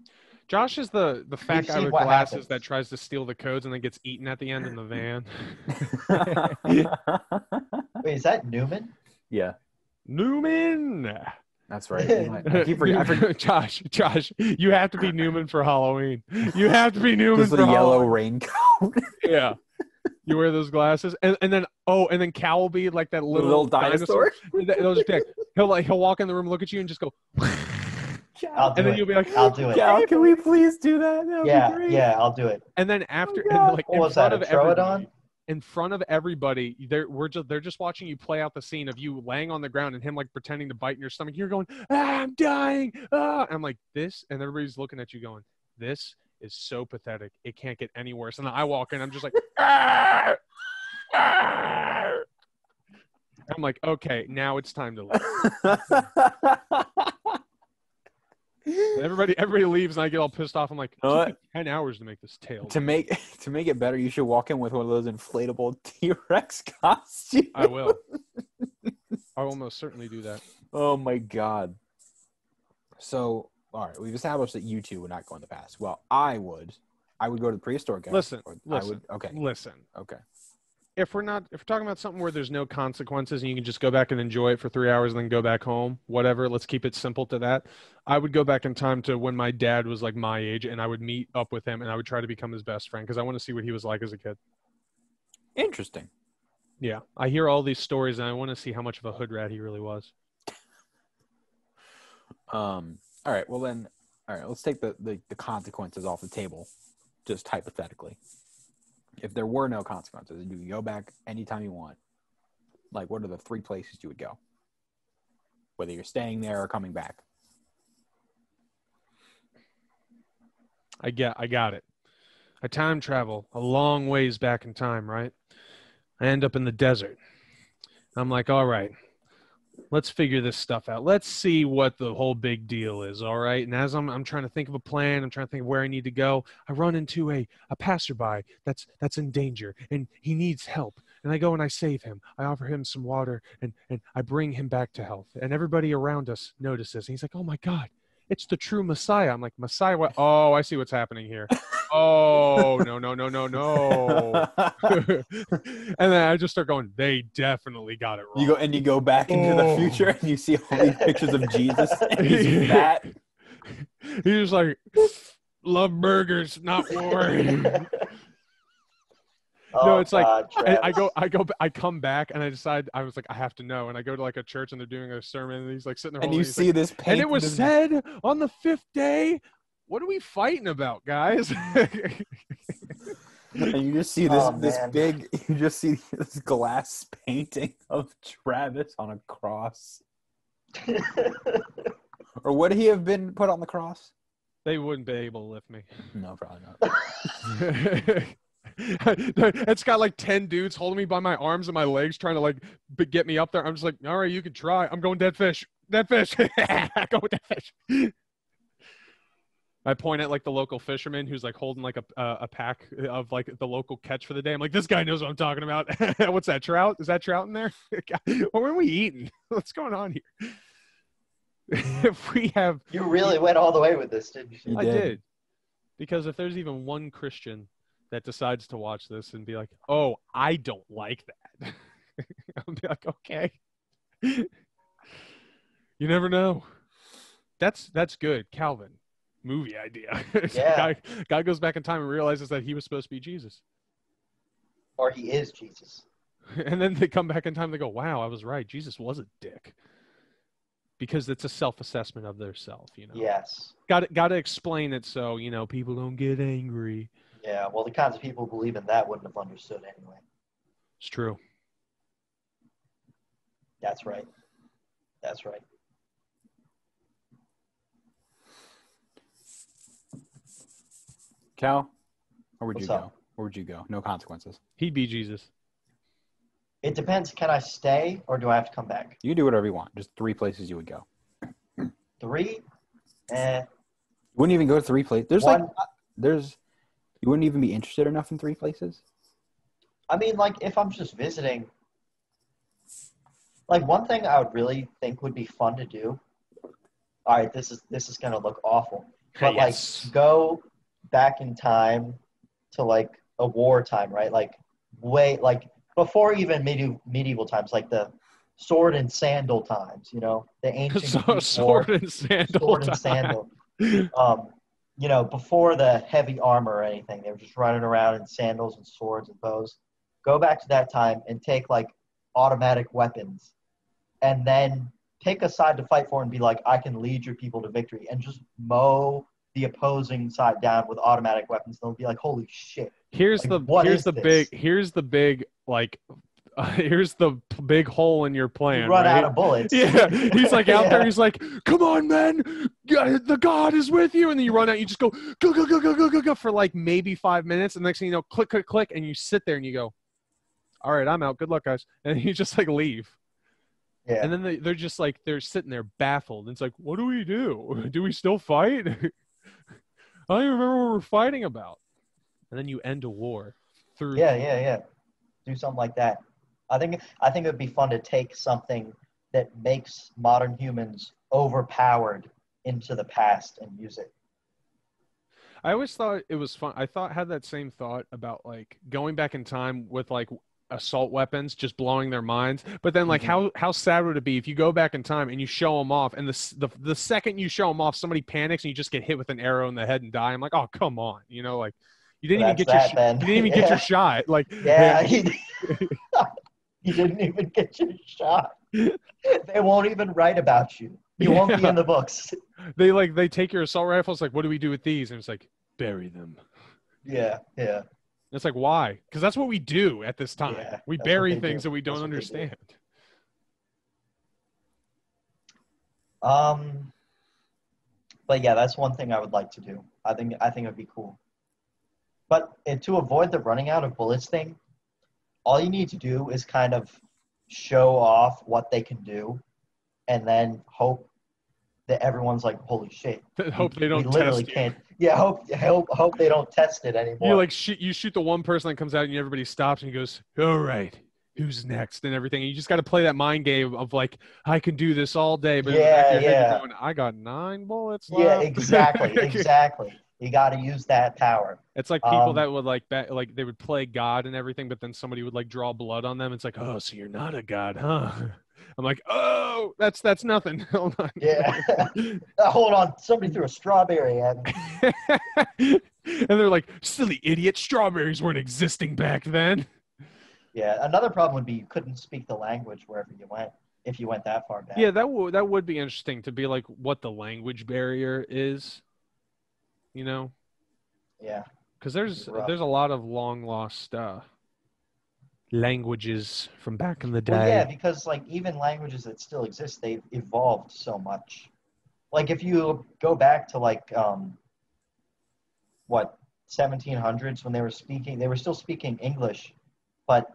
Josh is the, the fat We've guy seen with what glasses happens. that tries to steal the codes and then gets eaten at the end in the van. Wait, is that Newman? yeah, Newman. that's right. I keep forgetting. I forget- Josh, Josh, you have to be Newman for Halloween. You have to be Newman Just for the yellow Halloween. raincoat, Yeah. You wear those glasses, and, and then oh, and then Cal will be like that the little, little dinosaur. Th- Those dick. He'll like he'll walk in the room, look at you, and just go, I'll Cal, do and then it. you'll be like, I'll do it. Cal, can we please do that? That would be Yeah, great. yeah, I'll do it. and then after Oh, and God. like What in was front that, a of everybody, Troodon? in front of everybody they're we're just they're just watching you play out the scene of you laying on the ground and him like pretending to bite in your stomach you're going ah, i'm dying ah. i'm like this and everybody's looking at you going this is so pathetic it can't get any worse and i walk in i'm just like "Ah! Ah!" i'm like okay now it's time to leave And everybody everybody leaves and i get all pissed off i'm like You know "Took me 10 hours to make this tail to make to make it better, you should walk in with one of those inflatable T Rex costumes. I will. I will most certainly do that. Oh my god. So all right, we've established that you two would not go in the past. Well, I would. I would go to the prehistoric. era, Listen, or I listen. would. Okay. Listen, Okay. if we're not if we're talking about something where there's no consequences and you can just go back and enjoy it for three hours and then go back home, whatever. Let's keep it simple to that. I would go back in time to when my dad was like my age, and I would meet up with him and I would try to become his best friend because I want to see what he was like as a kid. Interesting. Yeah, I hear all these stories and I want to see how much of a hood rat he really was. Um, all right. Well, then, all right. Let's take the, the, the consequences off the table, just hypothetically. If there were no consequences, and you can go back anytime you want. Like, what are the three places you would go? Whether you're staying there or coming back. I get I got it. I time travel a long ways back in time, right? I end up in the desert. I'm like, all right, let's figure this stuff out. Let's see what the whole big deal is, all right? And as I'm I'm trying to think of a plan, I'm trying to think of where I need to go, I run into a, a passerby that's that's in danger and he needs help. And I go and I save him. I offer him some water and, and I bring him back to health. And everybody around us notices. And he's like, Oh my God, it's the true Messiah. I'm like, Messiah, what? Oh, I see what's happening here. Oh, no, no, no, no, no. and then I just start going, they definitely got it wrong. you go and you go back into the Oh. future and you see all these pictures of Jesus and he's fat. He was like, love burgers, not war. Oh, it's like- God, And I Travis. go, I go, b- I come back, and I decide I was like, I have to know. And I go to like a church, and they're doing a sermon, and he's like sitting there, And holding- you he's see like, this and paint. it was this- said on the fifth day. What are we fighting about, guys? and you just see this Oh, this man. big you just see this glass painting of Travis on a cross. Or would he have been put on the cross? they wouldn't be able to lift me. No, probably not. it's got like 10 dudes holding me by my arms and my legs trying to like b- get me up there i'm just like all right you can try i'm going dead fish dead fish go with dead fish i point at like the local fisherman who's like holding like a, a, a pack of like the local catch for the day i'm like this guy knows what i'm talking about what's that trout is that trout in there what were we eating what's going on here if we have you really went all the way with this, didn't you? You I did. did. Because if there's even one Christian that decides to watch this and be like, oh, I don't like that, I'll be like, okay. you never know. That's that's good. Calvin, movie idea. So Yeah. guy, guy goes back in time and realizes that he was supposed to be Jesus. Or he is Jesus. And then they come back in time and they go, wow, I was right. Jesus was a dick. Because it's a self assessment of their self, you know. Yes. Got got to explain it so you know people don't get angry. Yeah. Well, the kinds of people who believe in that wouldn't have understood anyway. It's true. That's right. That's right. Cal, where would you What's up? go? Where would you go? No consequences. He'd be Jesus. It depends. Can I stay or do I have to come back? You can do whatever you want. Just three places you would go. Three? Eh. You wouldn't even go to three places. There's one. like there's you wouldn't even be interested enough in three places. I mean, like, if I'm just visiting, like, one thing I would really think would be fun to do. All right, this is this is gonna look awful, but like, go back in time to like a war time, right? Like, way like before even medieval medieval times, like the sword and sandal times. You know, the ancient Greek so, war, sword and sandal. sword time. and sandal. Um, you know, before the heavy armor or anything, they were just running around in sandals and swords and bows. Go back to that time and take like automatic weapons, and then pick a side to fight for and be like, I can lead your people to victory, and just mow the opposing side down with automatic weapons. They'll be like, holy shit. Here's Like, the what here's is the this? big here's the big like here's the p- big hole in your You plan. run right? out of bullets. yeah, he's like out there. Yeah. He's like, "Come on, men! Yeah, The God is with you!" And then you run out. You just go, go, go, go, go, go, go, go for like maybe five minutes. And next thing you know, click, click, click, and you sit there and you go, "All right, I'm out. Good luck, guys." And you just like leave. Yeah. And then they, they're just like they're sitting there baffled. It's like, what do we do? Do we still fight? I don't even remember what we're fighting about. And then you end a war through. Yeah, yeah, yeah. Do something like that. I think I think it would be fun to take something that makes modern humans overpowered into the past and use it. I always thought it was fun. I thought had that same thought about like going back in time with like assault weapons, just blowing their minds. But then like Mhm. how how sad would it be if you go back in time and you show them off, and the s- the the second you show them off, somebody panics and you just get hit with an arrow in the head and die. I'm like, oh come on, you know, like you didn't even That's get your that, sh- Ben. you didn't even get your shot. Like yeah. yeah. He, you didn't even get your shot. They won't even write about you. You won't be Yeah. in the books. They like they take your assault rifles. Like, what do we do with these? And it's like bury them. Yeah, yeah. And it's like why? Because that's what we do at this time. Yeah, we that's what bury they things do. that we don't That's what they do. understand. Um, but yeah, that's one thing I would like to do. I think I think it'd be cool. But uh, to avoid the running out of bullets thing, all you need to do is kind of show off what they can do, and then hope that everyone's like, "Holy shit!" Hope they we don't literally test you. can't. Yeah, hope hope hope they don't test it anymore. You like shoot, you shoot the one person that comes out and everybody stops and goes, "All right, who's next?" and everything. And you just got to play that mind game of like, "I can do this all day," but in the back Yeah, of your head, yeah. you're going, I got nine bullets. yeah, left." exactly, exactly. You got to use that power. It's like people Um, that would like bet, like they would play God and everything, but then somebody would like draw blood on them. It's like, "Oh, so you're not a god, huh?" I'm like, "Oh, that's that's nothing." Hold on. Yeah. Hold on, somebody threw a strawberry at me. and they're like, "Silly idiot! Strawberries weren't existing back then." Yeah, another problem would be you couldn't speak the language wherever you went if you went that far back. Yeah, that would that would be interesting to be like what the language barrier is. You know, Yeah. because there's Rough. there's a lot of long lost uh, languages from back in the day. Well, yeah, because like even languages that still exist, they've evolved so much. Like if you go back to like um, what 1700s when they were speaking, they were still speaking English, but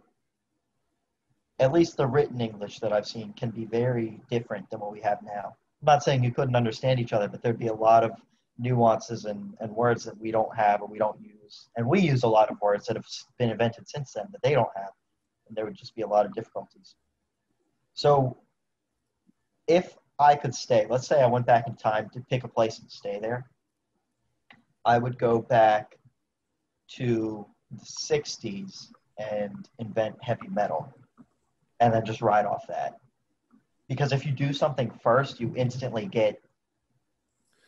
at least the written English that I've seen can be very different than what we have now. I'm not saying you couldn't understand each other, but there'd be a lot of nuances and, and words that we don't have or we don't use. And we use a lot of words that have s- been invented since then that they don't have and there would just be a lot of difficulties. So, if I could stay, let's say I went back in time to pick a place and stay there, I would go back to the 60s and invent heavy metal and then just ride off that. Because if you do something first, you instantly get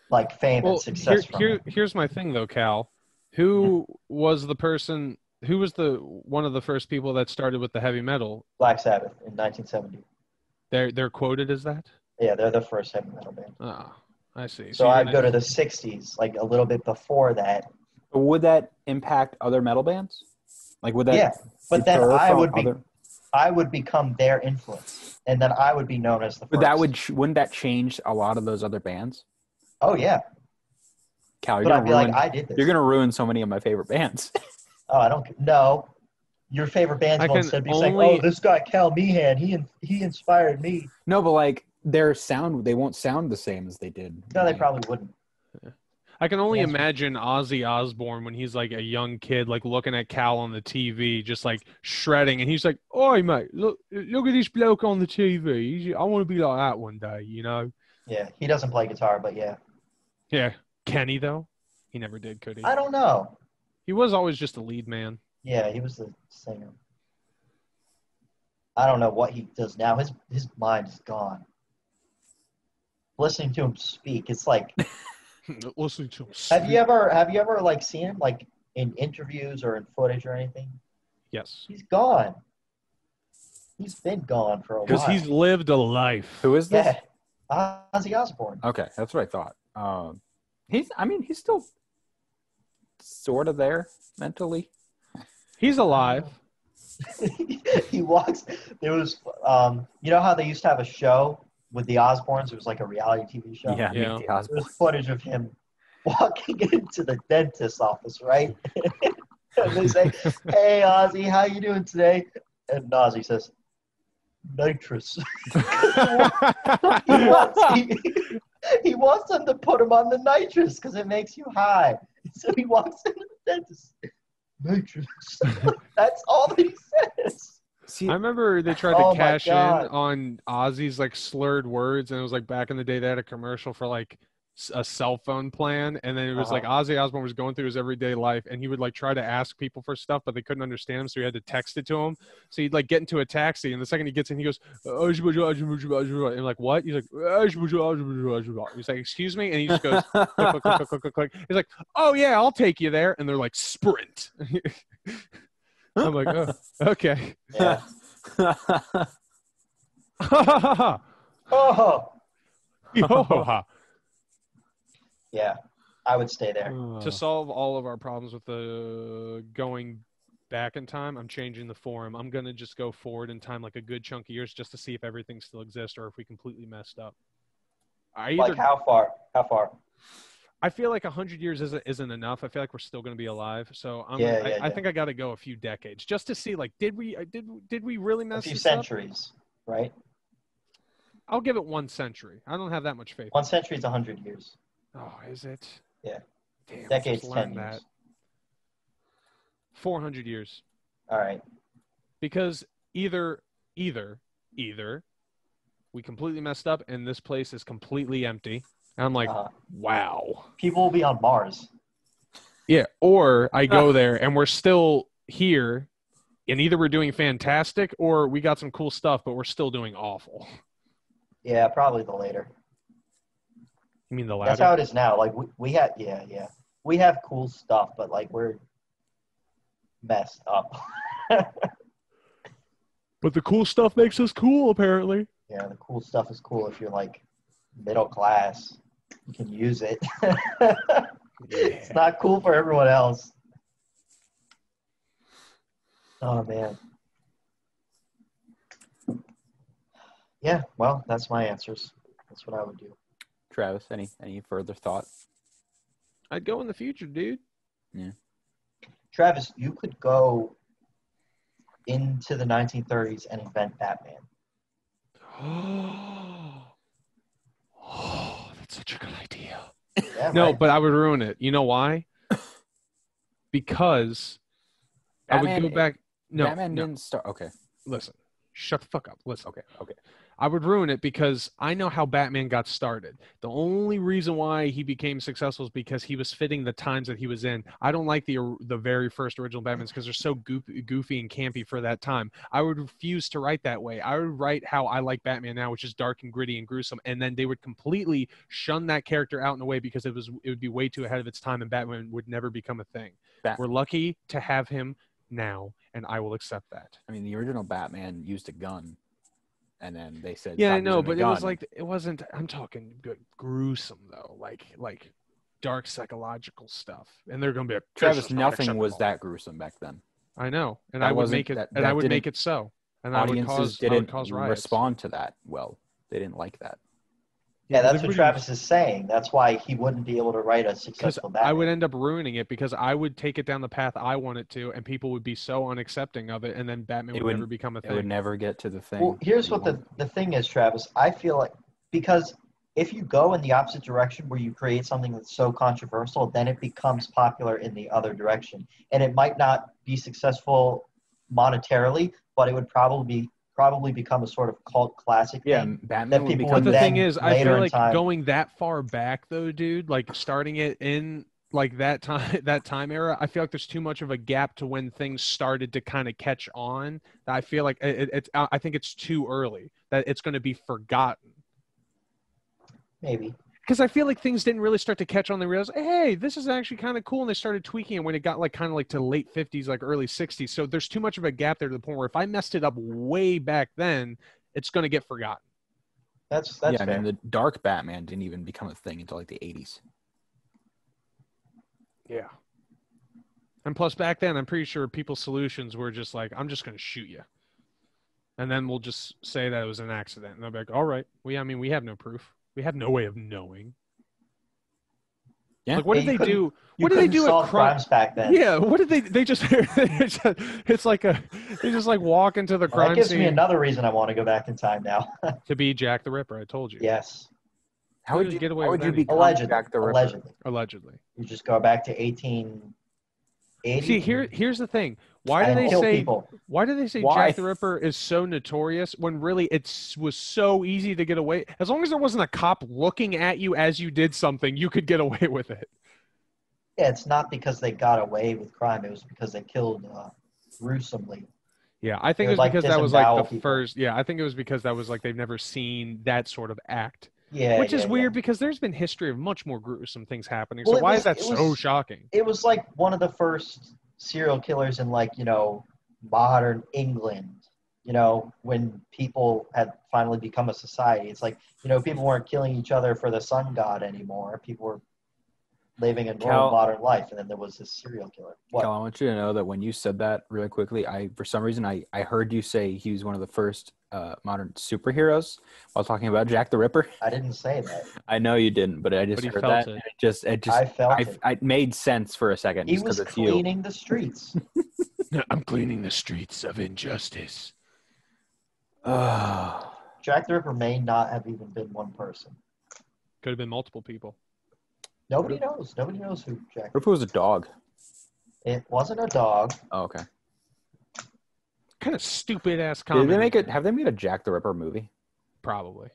like fame Well, and success. here, from here it. here's my thing though, Cal. Who was the person? Who was the one of the first people that started with the heavy metal? Black Sabbath in 1970. They're they're quoted as that. Yeah, they're the first heavy metal band. Ah, I see. So you're I'd gonna- go to the 60s, like a little bit before that. Would that impact other metal bands? Like would that? Yeah, but then deter I from would be- other- I would become their influence, and then I would be known as the first. But that would ch- wouldn't that change a lot of those other bands? Oh yeah, Cal, you're but I'd gonna be ruin. like, I did this. you're gonna ruin so many of my favorite bands. Oh, I don't. No, your favorite band's I won't can said be only- saying, "Oh, this guy Cal Meehan, he in- he inspired me." no, but like their sound, they won't sound the same as they did. No, they Yeah. probably wouldn't. I can only Yes. imagine Ozzy Osbourne when he's like a young kid, like looking at Cal on the TV, just like shredding, and he's like, "Oi, mate, look, look at this bloke on the TV. He's- I want to be like that one day," you know? Yeah, he doesn't play guitar, but yeah, Yeah. Kenny though, he never did, could he? I don't know. He was always just a lead man. Yeah, he was the singer. I don't know what he does now. His his mind is gone. Listening to him speak, it's like Listening to him. Have you ever have you ever like seen him like in interviews or in footage or anything? Yes, He's gone. He's been gone for a because while. he's lived a life. Who is this? yeah. Ozzy Osbourne. Okay, that's what I thought. Um, he's. I mean, he's still sort of there mentally. He's alive. he walks. There was um, you know how they used to have a show with the Osbournes. It was like a reality TV show. Yeah, Yeah. Meet the Osbournes. There's footage of him walking into the dentist's office, right? and they say, "Hey, Ozzy, how you doing today?" And Ozzy says, "Nitrous." he wants he, he wants them to put him on the nitrous because it makes you high. So he walks into the dentist. Nitrous. That's all that he says. See, I remember they tried Oh my to cash in God. on Ozzy's like slurred words, and it was like back in the day they had a commercial for like s- a cell phone plan, and then it was like Ozzy Osbourne was going through his everyday life, and he would like try to ask people for stuff, but they couldn't understand him, so he had to text it to him. So he'd like get into a taxi, and the second he gets in, he goes, "Ozzy, Ozzy, Ozzy, Ozzy, Ozzy," and like what? He's like, "Ozzy, Ozzy, Ozzy, Ozzy, Ozzy." he's like, excuse me, and he just goes. Click, click, click, click, click, click, click. He's like, "Oh yeah, I'll take you there," and they're like, "Sprint." I'm like, oh, "Okay." Yeah. oh, Oh, Yohoha. Yeah, I would stay there. to solve all of our problems with the going back in time, I'm changing the forum. I'm gonna just go forward in time like a good chunk of years just to see if everything still exists or if we completely messed up. I either Like how far? How far? I feel like hundred years isn't isn't enough. I feel like we're still gonna be alive. So I'm, Yeah, I, yeah, I yeah. think I gotta go a few decades just to see like did we uh, did did we really A mess few this centuries, right? up? I'll give it one century. I don't have that much faith. One century is a hundred years. Oh, is it? Yeah. Damn, I just Decades, ten learned years. that. Four hundred years. All right. because either either either we completely messed up and this place is completely empty and i'm like uh, wow people will be on Mars. yeah or i Uh-huh. go there and we're still here and either we're doing fantastic or we got some cool stuff but we're still doing awful Yeah, probably the later. you mean the That's latter how it is now. Like we, we have, yeah, yeah, we have cool stuff, but like we're messed up. but the cool stuff makes us cool apparently yeah, the cool stuff is cool if you're like middle class. You can use it. It's not cool for everyone else. Oh man. Yeah, well, that's my answers. That's what I would do. Travis, any any further thought? i'd go in the future dude Travis, you could go into the 1930s and invent Batman. oh that's such a good idea Yeah, No, right? but I would ruin it. You know why? Because I would Batman- go back. No, Batman no. didn't start. Okay, Listen, shut the fuck up. Listen, okay, okay. I would ruin it because I know how Batman got started. The only reason why he became successful is because he was fitting the times that he was in. I don't like the or- the very first original Batman's because they're so goofy, goofy and campy for that time. I would refuse to write that way. I would write how I like Batman now, which is dark and gritty and gruesome, and then they would completely shun that character out in a way because it was it would be way too ahead of its time, and Batman would never become a thing. Bat- We're lucky to have him now, and I will accept that. I mean, the original Batman used a gun, and then they said, Yeah, I "Stop know, using the but it was gun." like it wasn't. I'm talking gr- gruesome though, like like dark psychological stuff. And they're gonna be like, "This Travis, is not nothing was acceptable." that gruesome back then. I know, and that I would wasn't- make it, that- and I that would make didn't- it so, and I would Audiences cause, I would didn't cause riots. respond to that well. They didn't like that. yeah, that's what Liberty- Travis is saying. That's why he wouldn't be able to write a successful Batman. I would end up ruining it because I would take it down the path I want it to, and people would be so unaccepting of it, and then Batman It would never wouldn't- become a They would thing. never get to the thing. Well, here's they what the, wanted. the thing is, Travis. I feel like because if you go in the opposite direction where you create something that's so controversial, then it becomes popular in the other direction. And it might not be successful monetarily, but it would probably be probably become a sort of cult classic. yeah, thing. Batman would people become But would the that- thing then is, I later feel in like time- going that far back though, dude, like starting it in like that time that time era, I feel like there's too much of a gap to when things started to kind of catch on. I feel like it, it, it's I I think it's too early that it's going to be forgotten Maybe. because I feel like things didn't really start to catch on. They realized, hey, this is actually kind of cool, and they started tweaking it when it got like kind of like to late fifties, like early sixties. So there's too much of a gap there to the point where if I messed it up way back then, it's going to get forgotten. That's that's yeah, fair. I mean, the dark Batman didn't even become a thing until like the 80s. Yeah. And plus, back then, I'm pretty sure people's solutions were just like, "I'm just going to shoot you," and then we'll just say that it was an accident, and they'll be like, "All right, we, I mean, we have no proof. We have no way of knowing." Yeah. Like, what Yeah, did you they couldn't- do? you what did they couldn't do at solve crime- crimes back then. Yeah, what did they? They just, they just- it's like a, they just like walk into Well, the crime that gives scene me another reason I want to go back in time now. to be Jack the Ripper. I told you, yes, How would did you get away How with would you anything? become allegedly. Jack the Ripper? allegedly, allegedly. you just go back to 1880. See, here, here's the thing. Why do and they kill say people? Why do they say Why? Jack the Ripper is so notorious when really it was so easy to get away? As long as there wasn't a cop looking at you as you did something, you could get away with it. Yeah, it's not because they got away with crime. It was because they killed uh, gruesomely. Yeah, I It was think it was like because that was like the disembowel people. first. Yeah, I think it was because that was like they've never seen that sort of act, Yeah, which is yeah, yeah. weird because there's been history of much more gruesome things happening. Well, so it why was- is that it so was- shocking? It was like one of the first serial killers in like you know modern England. you know, when people had finally become a society. It's like, you know, people weren't killing each other for the sun god anymore. People were living a normal Cal- modern life, and then there was this serial killer. What? Cal, I want you to know that when you said that really quickly, I for some reason I, I heard you say he was one of the first uh, modern superheroes while talking about Jack the Ripper. I didn't say that. I know you didn't, but I just But he heard felt that. it. and It just it just I felt I, it. I, it made sense for a second. He just 'cause was it's you. cleaning the streets. I'm cleaning the streets of injustice. Oh, Jack the Ripper may not have even been one person. Could have been multiple people. Nobody knows. Nobody knows who Jack. what if it was a dog? It wasn't a dog. Oh, okay. Kind of stupid ass Did comment. they make it? Have they made a Jack the Ripper movie? Probably.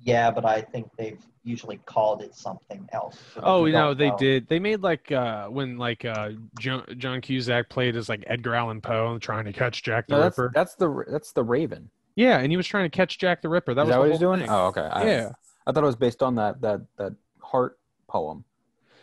Yeah, but I think they've usually called it something else. so Oh, we you know, don't they did. They made like uh when like uh John, John Cusack played as like Edgar Allan Poe and trying to catch Jack the No, that's Ripper. that's the that's the Raven. yeah, and he was trying to catch Jack the Ripper. That Is was that the what he's whole doing? thing. Oh, okay. I, yeah. I thought it was based on that that that heart poem.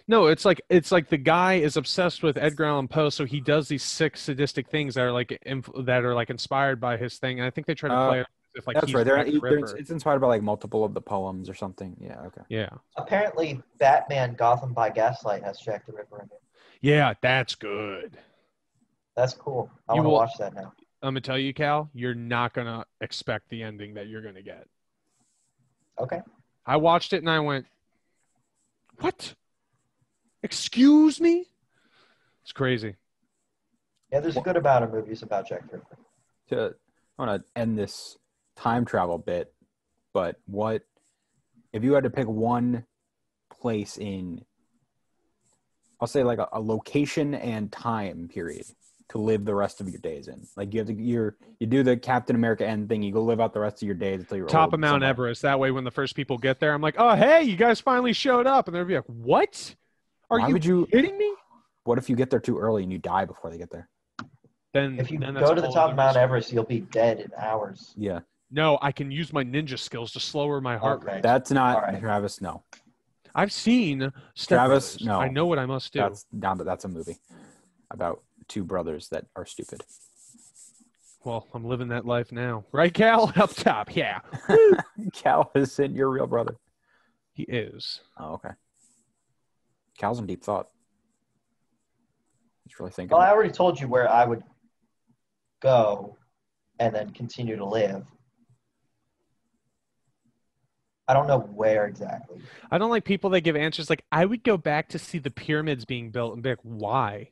No, it's like it's like the guy is obsessed with Edgar Allan Poe, so he does these sick sadistic things that are like inf- that are like inspired by his thing. And I think they try to Uh, play it if like that's he's right. They're, Jack the they're- Ripper. it's inspired by like multiple of the poems or something. Yeah. Okay. Yeah, Apparently, Batman Gotham by Gaslight has Jack the Ripper in it. Yeah, that's good. That's cool. I You want to will- watch that now. I'm gonna tell you, Cal, you're not gonna expect the ending that you're gonna get. Okay. I watched it and I went, "What? Excuse me?" It's crazy. Yeah, there's a good amount of movies about Jack the Ripper. to I want to end this time travel bit, but what if you had to pick one place in I'll say like a, a location and time period to live the rest of your days in. Like you have to you're you do the Captain America end thing, you go live out the rest of your days until you're Top old of Mount somewhere. Everest. That way, when the first people get there, I'm like, "Oh, hey, you guys finally showed up!" And they'll be like, "What? Are Why you would you kidding me?" what if you get there too early and you die before they get there? Then If you then go that's to the all top of there Mount is. Everest, you'll be dead in hours. Yeah. No, I can use my ninja skills to slower my heart Okay. rate. That's not Alright. Travis, no. I've seen Step Travis, Brothers. no. I know what I must do. That's not that's a movie about two brothers that are stupid. Well, I'm living that life now, right, Cal? Up top, yeah, Cal isn't your real brother. he is. Oh, okay. Cal's in deep thought. He's really thinking. Well, I about- already told you where I would go and then continue to live. I don't know where exactly. I don't like people that give answers like, "I would go back to see the pyramids being built," and be like, "Why?"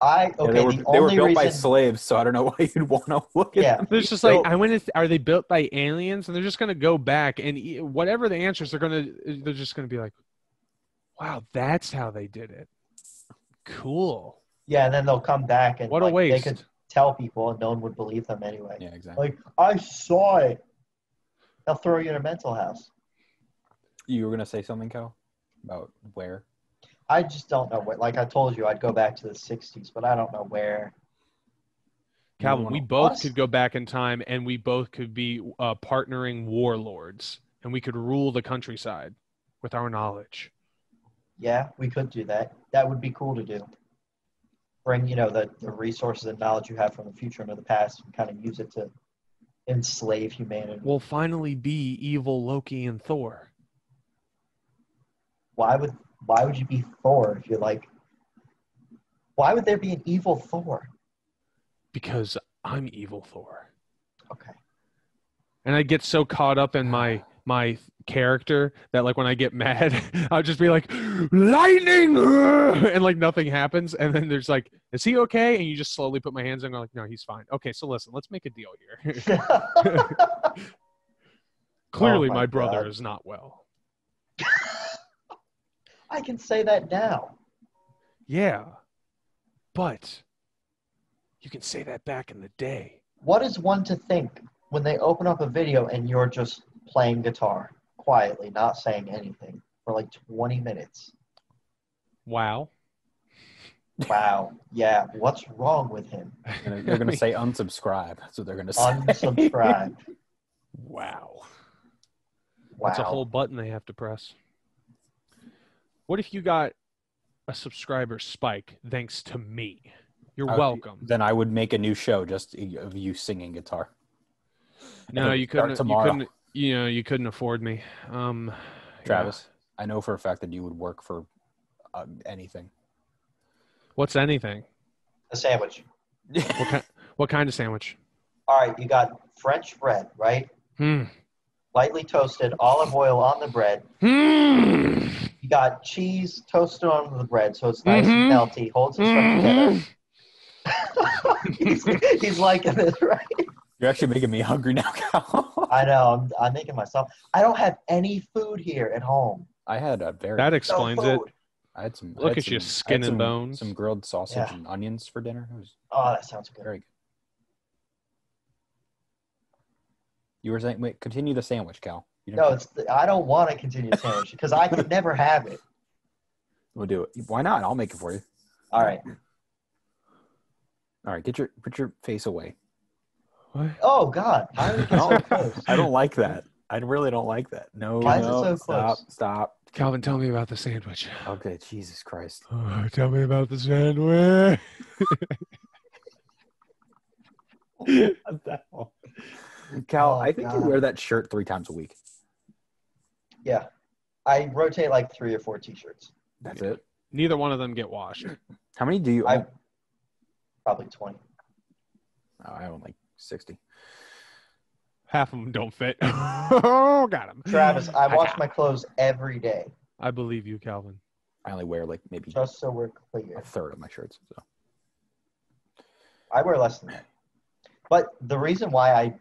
I Yeah, okay. they were, the they were only built by reason, slaves, so I don't know why you'd want to look at yeah, them. There's just So- like, I want to. Are they built by aliens? And they're just gonna go back and e- whatever the answers, they're gonna. They're just gonna be like, "Wow, that's how they did it. Cool. yeah, and then they'll come back and What a like, waste." They could tell people, and no one would believe them anyway. Yeah, exactly. Like I saw it. They'll throw you in a mental house. You were gonna say something, Cal, about where? I just don't know what. Like I told you, I'd go back to the '60s, but I don't know where. Calvin, wanna- we both Us? could go back in time and we both could be uh, partnering warlords and we could rule the countryside with our knowledge. Yeah, we could do that. That would be cool to do. Bring you know the the resources and knowledge you have from the future into the past and kind of use it to enslave humanity. We'll finally be evil Loki and Thor. why would why would you be Thor if you're like? Why would there be an evil Thor? Because I'm evil Thor. Okay. And I get so caught up in my my character that like when I get mad, I'll just be like, lightning and like nothing happens. And then there's like, is he okay? And you just slowly put my hands on and go like, no, he's fine. Okay, so listen, let's make a deal Oh here. Clearly my my, brother God. is not well. I can say that now. Yeah. But you can say that back in the day. What is one to think when they open up a video and you're just playing guitar quietly, not saying anything for like 20 minutes? Wow. Wow. Yeah. What's wrong with him? They're gonna, they're gonna say unsubscribe. That's what they're gonna say. Unsubscribe. Wow. Wow. That's a whole button they have to press. What if you got a subscriber spike thanks to me? You're I would- welcome. Then I would make a new show just of you singing guitar. No, we you start couldn't. You tomorrow. couldn't. You know, you couldn't afford me, um, yeah. Travis, I know for a fact that you would work for uh, anything. What's anything? A sandwich. What kind? What kind of sandwich? All right, you got French bread, right? Hmm. Lightly toasted, olive oil on the bread. Hmm. You got cheese toasted on the bread, so it's nice Mhm. and melty, holds itself Mm. together. he's, he's liking this, right? You're actually making me hungry now, Cal. I know. I'm, I'm making myself. I don't have any food here at home. I had a very. That No explains it. food. I had some. I Look had at you, some- I skin had and some- bones. Some grilled sausage Yeah. and onions for dinner. It was Oh, that sounds good. very good. You were saying, wait, continue the sandwich, Cal. You didn't No, it's. The, I don't want to continue the sandwich because I could never have it. we'll do it. Why not? I'll make it for you. All right. All right, get your put your face away. What? Oh God, how did it get so No. close? I don't like that. I really don't like that. No, Why is it no, so stop, close? stop. Calvin, tell me about the sandwich. Okay, Jesus Christ. Oh, tell me about the sandwich. Cal, Oh, I think God. you wear that shirt three times a week. Yeah, I rotate like three or four T-shirts, That's it. Neither one of them get washed. How many do you? I- own? probably twenty. Oh, I own like sixty. Half of them don't fit. oh, got him. Travis, I wash got- my clothes every day, I believe you, Calvin. I only wear like maybe just so we're a clear. third of my shirts. So I wear less than that. But the reason why I,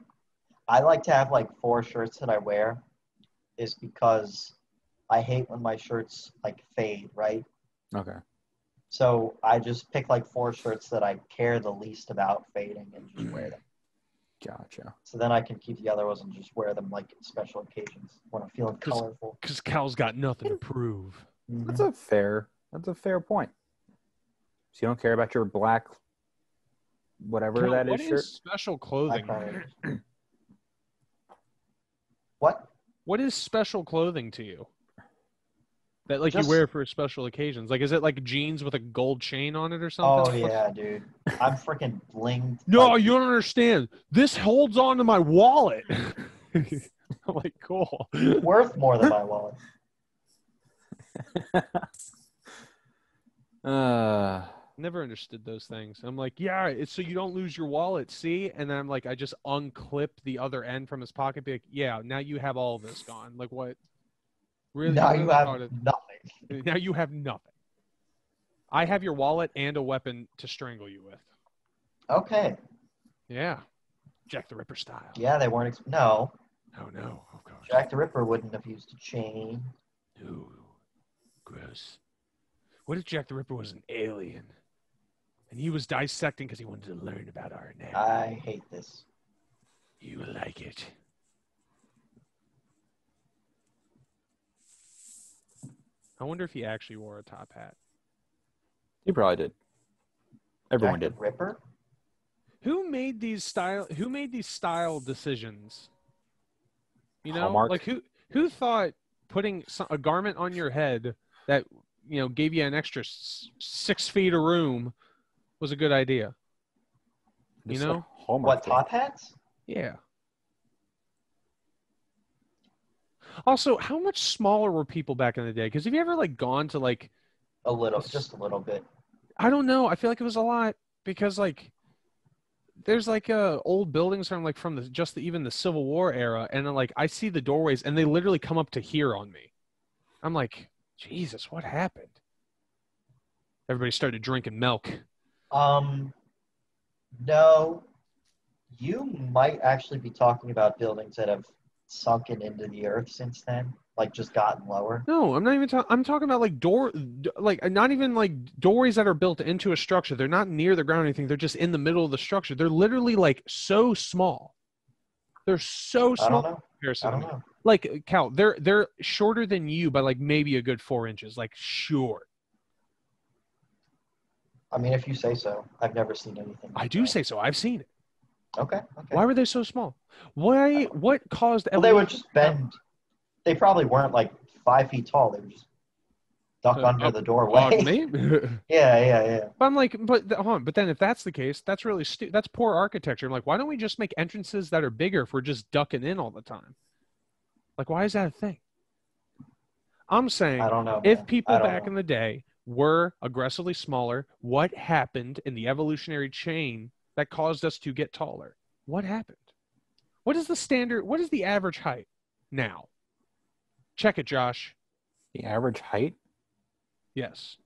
I like to have like four shirts that I wear, is because I hate when my shirts like fade, right? okay, So I just pick like four shirts that I care the least about fading and just wear them. gotcha. So then I can keep the other ones and just wear them like special occasions when I'm feeling Cause- colorful. Mm-hmm. Because Cal's got nothing to prove. That's a fair. That's a fair point. So you don't care about your black, whatever Cal, that what is, is shirt. special I clothing? kinda- what? What is special clothing to you? That like Just- you wear for special occasions? Like is it like jeans with a gold chain on it or Oh something? yeah, dude. I'm freaking blinged. No, like, you don't understand. This holds on to my wallet. I'm like, cool. worth more than my wallet. Uh, Never understood those things. I'm like, yeah, it's so you don't lose your wallet, see? And then I'm like, I just unclip the other end from his pocket, be like, yeah, now you have all this gone. Like what? Really? now you really have thought it- nothing. now you have nothing. I have your wallet and a weapon to strangle you with. Okay. Yeah. Jack the Ripper style. Yeah, they weren't. Ex- no, Oh no, of course. Jack the Ripper wouldn't have used a chain. Ooh, gross. What if Jack the Ripper was an alien? And he was dissecting because he wanted to learn about our anatomy. I hate this. You like it? I wonder if he actually wore a top hat. you probably did. Everyone Jack did. the Ripper. Who made these style? Who made these style decisions? You know, Hallmark. like who who thought putting so- a garment on your head that you know gave you an extra s- six feet of room was a good idea? You Just, like, know? Hallmark What did. top hats? Yeah. Also, how much smaller were people back in the day? Because have you ever like gone to like A little, just a little bit. I don't know. I feel like it was a lot because like there's like uh old buildings from like from the just the, even the Civil War era, and then, like I see the doorways and they literally come up to here on me. I'm like, Jesus, what happened? Everybody started drinking milk. Um, no, you might actually be talking about buildings that have sunken into the earth since then, like just gotten lower. No, I'm not even talking. I'm talking about like door, d- like not even like doorways that are built into a structure. They're not near the ground or anything. They're just in the middle of the structure. They're literally like so small. They're so I don't small. in know. comparison I to don't me. know. like uh, Cal, they're they're shorter than you by like maybe a good four inches. Like short. I mean, if you say so, I've never seen anything. I like do that. say so. I've seen it. Okay. Okay. Why were they so small? Why? What caused? well, they would evolution- just bend. They probably weren't like five feet tall. They were just duck Uh, under uh, the Dog doorway. me? but yeah, yeah, yeah. I'm like, but th- hold on. But then if that's the case, that's really stu- that's poor architecture. I'm like, why don't we just make entrances that are bigger if we're just ducking in all the time? Like, why is that a thing? I'm saying I don't know. if man. people I don't back know. in the day were aggressively smaller, what happened in the evolutionary chain that caused us to get taller? What happened? What is the standard? What is the average height now? Check it, Josh. The average height? Yes.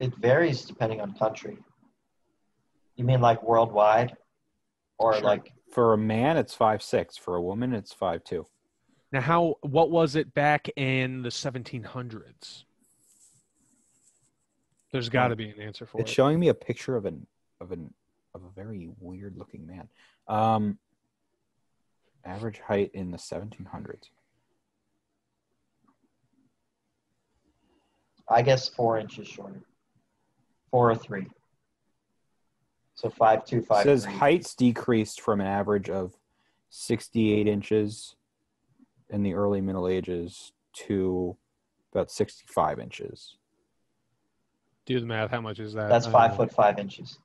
it varies depending on country. You mean like worldwide, or Sure. like For a man, it's five six. For a woman, it's five two. Now, how? What was it back in the 1700s? There's got to be an answer for It's it. showing me a picture of an of an of a very weird looking man. Um, average height in the 1700s. I guess four inches shorter, four or three. So five two five. says three. heights decreased from an average of 68 inches in the early Middle Ages to about 65 inches. Do the math. How much is that? That's Uh, five foot five inches.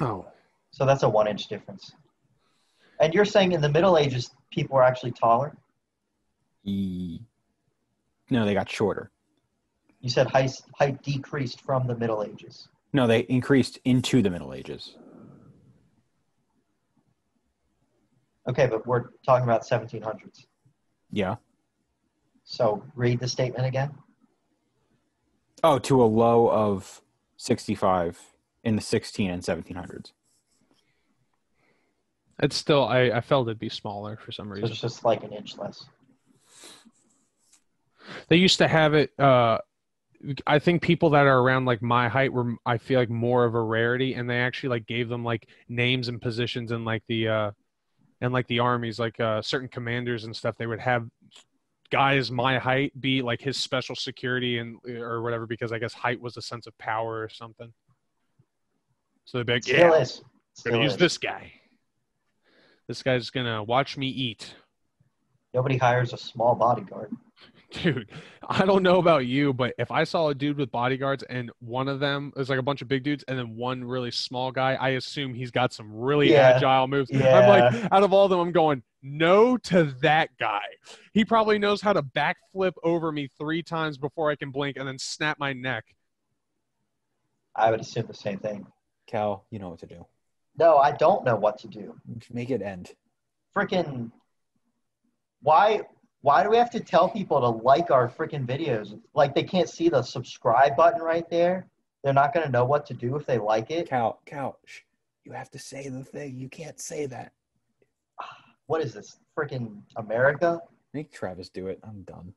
Oh, So that's a one inch difference. And you're saying in the Middle Ages people were actually taller? E- No, they got shorter. You said height height decreased from the Middle Ages. No, they increased into the Middle Ages. Okay, but we're talking about 1700s. Yeah. So read the statement again. Oh, to a low of 65 in the 16 and 1700s. it's still. I, I felt it'd be smaller for some So reason. it's just like an inch less. they used to have it uh i think people that are around like my height were i feel like more of a rarity and they actually like gave them like names and positions and like the uh and like the armies like uh certain commanders and stuff they would have guys my height be like his special security and uh, or whatever because i guess height was a sense of power or something so they'd be like yeah Still is. we're Still gonna use is. this guy this guy's gonna watch me eat Nobody hires a small bodyguard. Dude, I don't know about you, but if I saw a dude with bodyguards and one of them is like a bunch of big dudes and then one really small guy, I assume he's got some really Yeah. agile moves. I'm Yeah. like, out of all of them, I'm going, no to that guy. He probably knows how to backflip over me three times before I can blink and then snap my neck. I would assume the same thing. Cal, you know what to do. No, I don't know what to do. Make it end. Freaking why why do we have to tell people to like our freaking videos? Like they can't see the subscribe button right there. They're not gonna know what to do if they like it. Cal, Cal, shh. you have to say the thing. You can't say that. What is this? Freaking America? Make Travis do it. I'm done.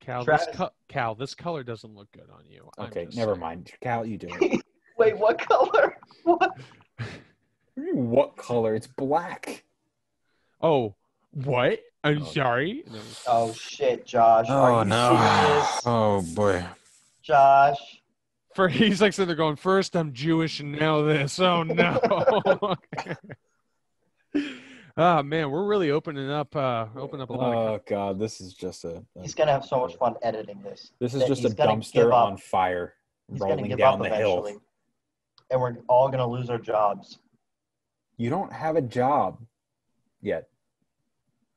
Cal, Travis- this co- Cal, this color doesn't look good on you. I'm Okay, just never saying. mind. Cal, you do it. Wait, what color? What? what color? It's black. Oh, what? I'm Oh. sorry. No. Oh shit, Josh. Are you serious? Oh boy. Josh. For he's like sitting there going, first I'm Jewish and now this. Oh no. Ah man, we're really opening up uh opening up a lot of Oh god, this is just a, a- He's gonna have so Oh. much fun editing this. this is that just a he's gonna give dumpster up. on fire He's gonna rolling give down up the eventually. hill. And we're all gonna lose our jobs. You don't have a job yet.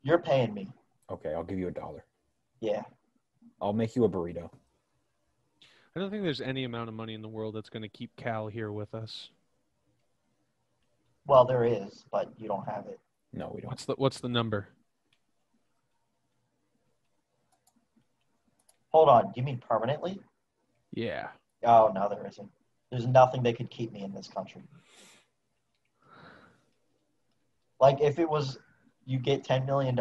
You're paying me. Okay, I'll give you a dollar. Yeah. I'll make you a burrito. I don't think there's any amount of money in the world that's gonna keep Cal here with us. Well, there is, but you don't have it. No, we don't. What's the what's the number? Hold on. You mean permanently? Yeah. Oh, no, there isn't. There's nothing that could keep me in this country. Like, if it was you get $10 million,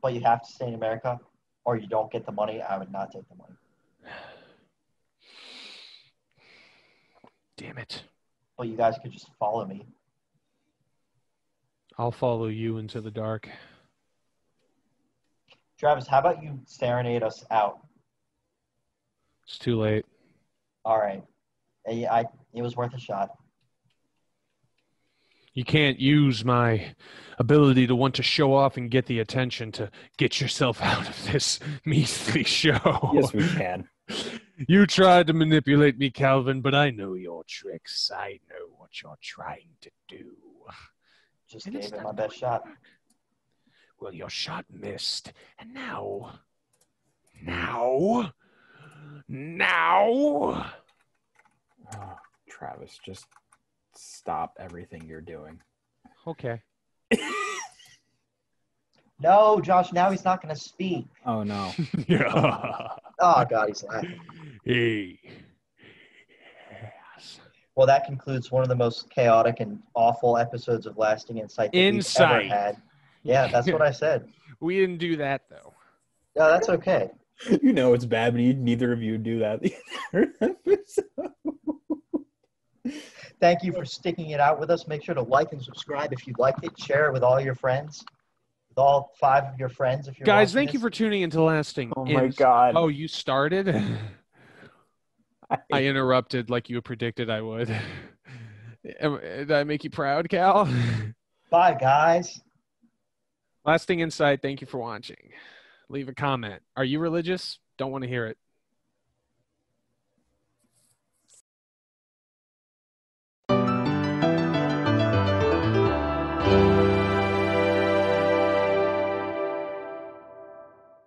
but you have to stay in America, or you don't get the money, I would not take the money. Damn it. But you guys could just follow me. I'll follow you into the dark. Travis, how about you serenade us out? It's too late. All right. I, I, it was worth a shot. You can't use my ability to want to show off and get the attention to get yourself out of this measly show. Yes, we can. You tried to manipulate me, Calvin, but I know your tricks. I know what you're trying to do. Just And it's gave it not my going best shot. back. Well, your shot missed. And now. Now. Now. Oh, Travis, just stop everything you're doing. Okay. No, Josh, now he's not going to speak. Oh no. yeah. Oh, God, he's laughing. Hey. Well, that concludes one of the most chaotic and awful episodes of Lasting Insight that Insight. we've ever had. Yeah, that's what I said. We didn't do that, though. No, that's okay. you know it's bad, but you, neither of you do that. the other episode. Thank you for sticking it out with us. Make sure to like and subscribe if you liked it. Share it with all your friends, with all five of your friends. If you're Guys, watching thank you this. for tuning into Lasting. oh my Ins- god. Oh, you started? I interrupted like you predicted I would. Am- Did I make you proud, Cal? Bye, guys. Lasting Insight, thank you for watching. Leave a comment. Are you religious? Don't want to hear it.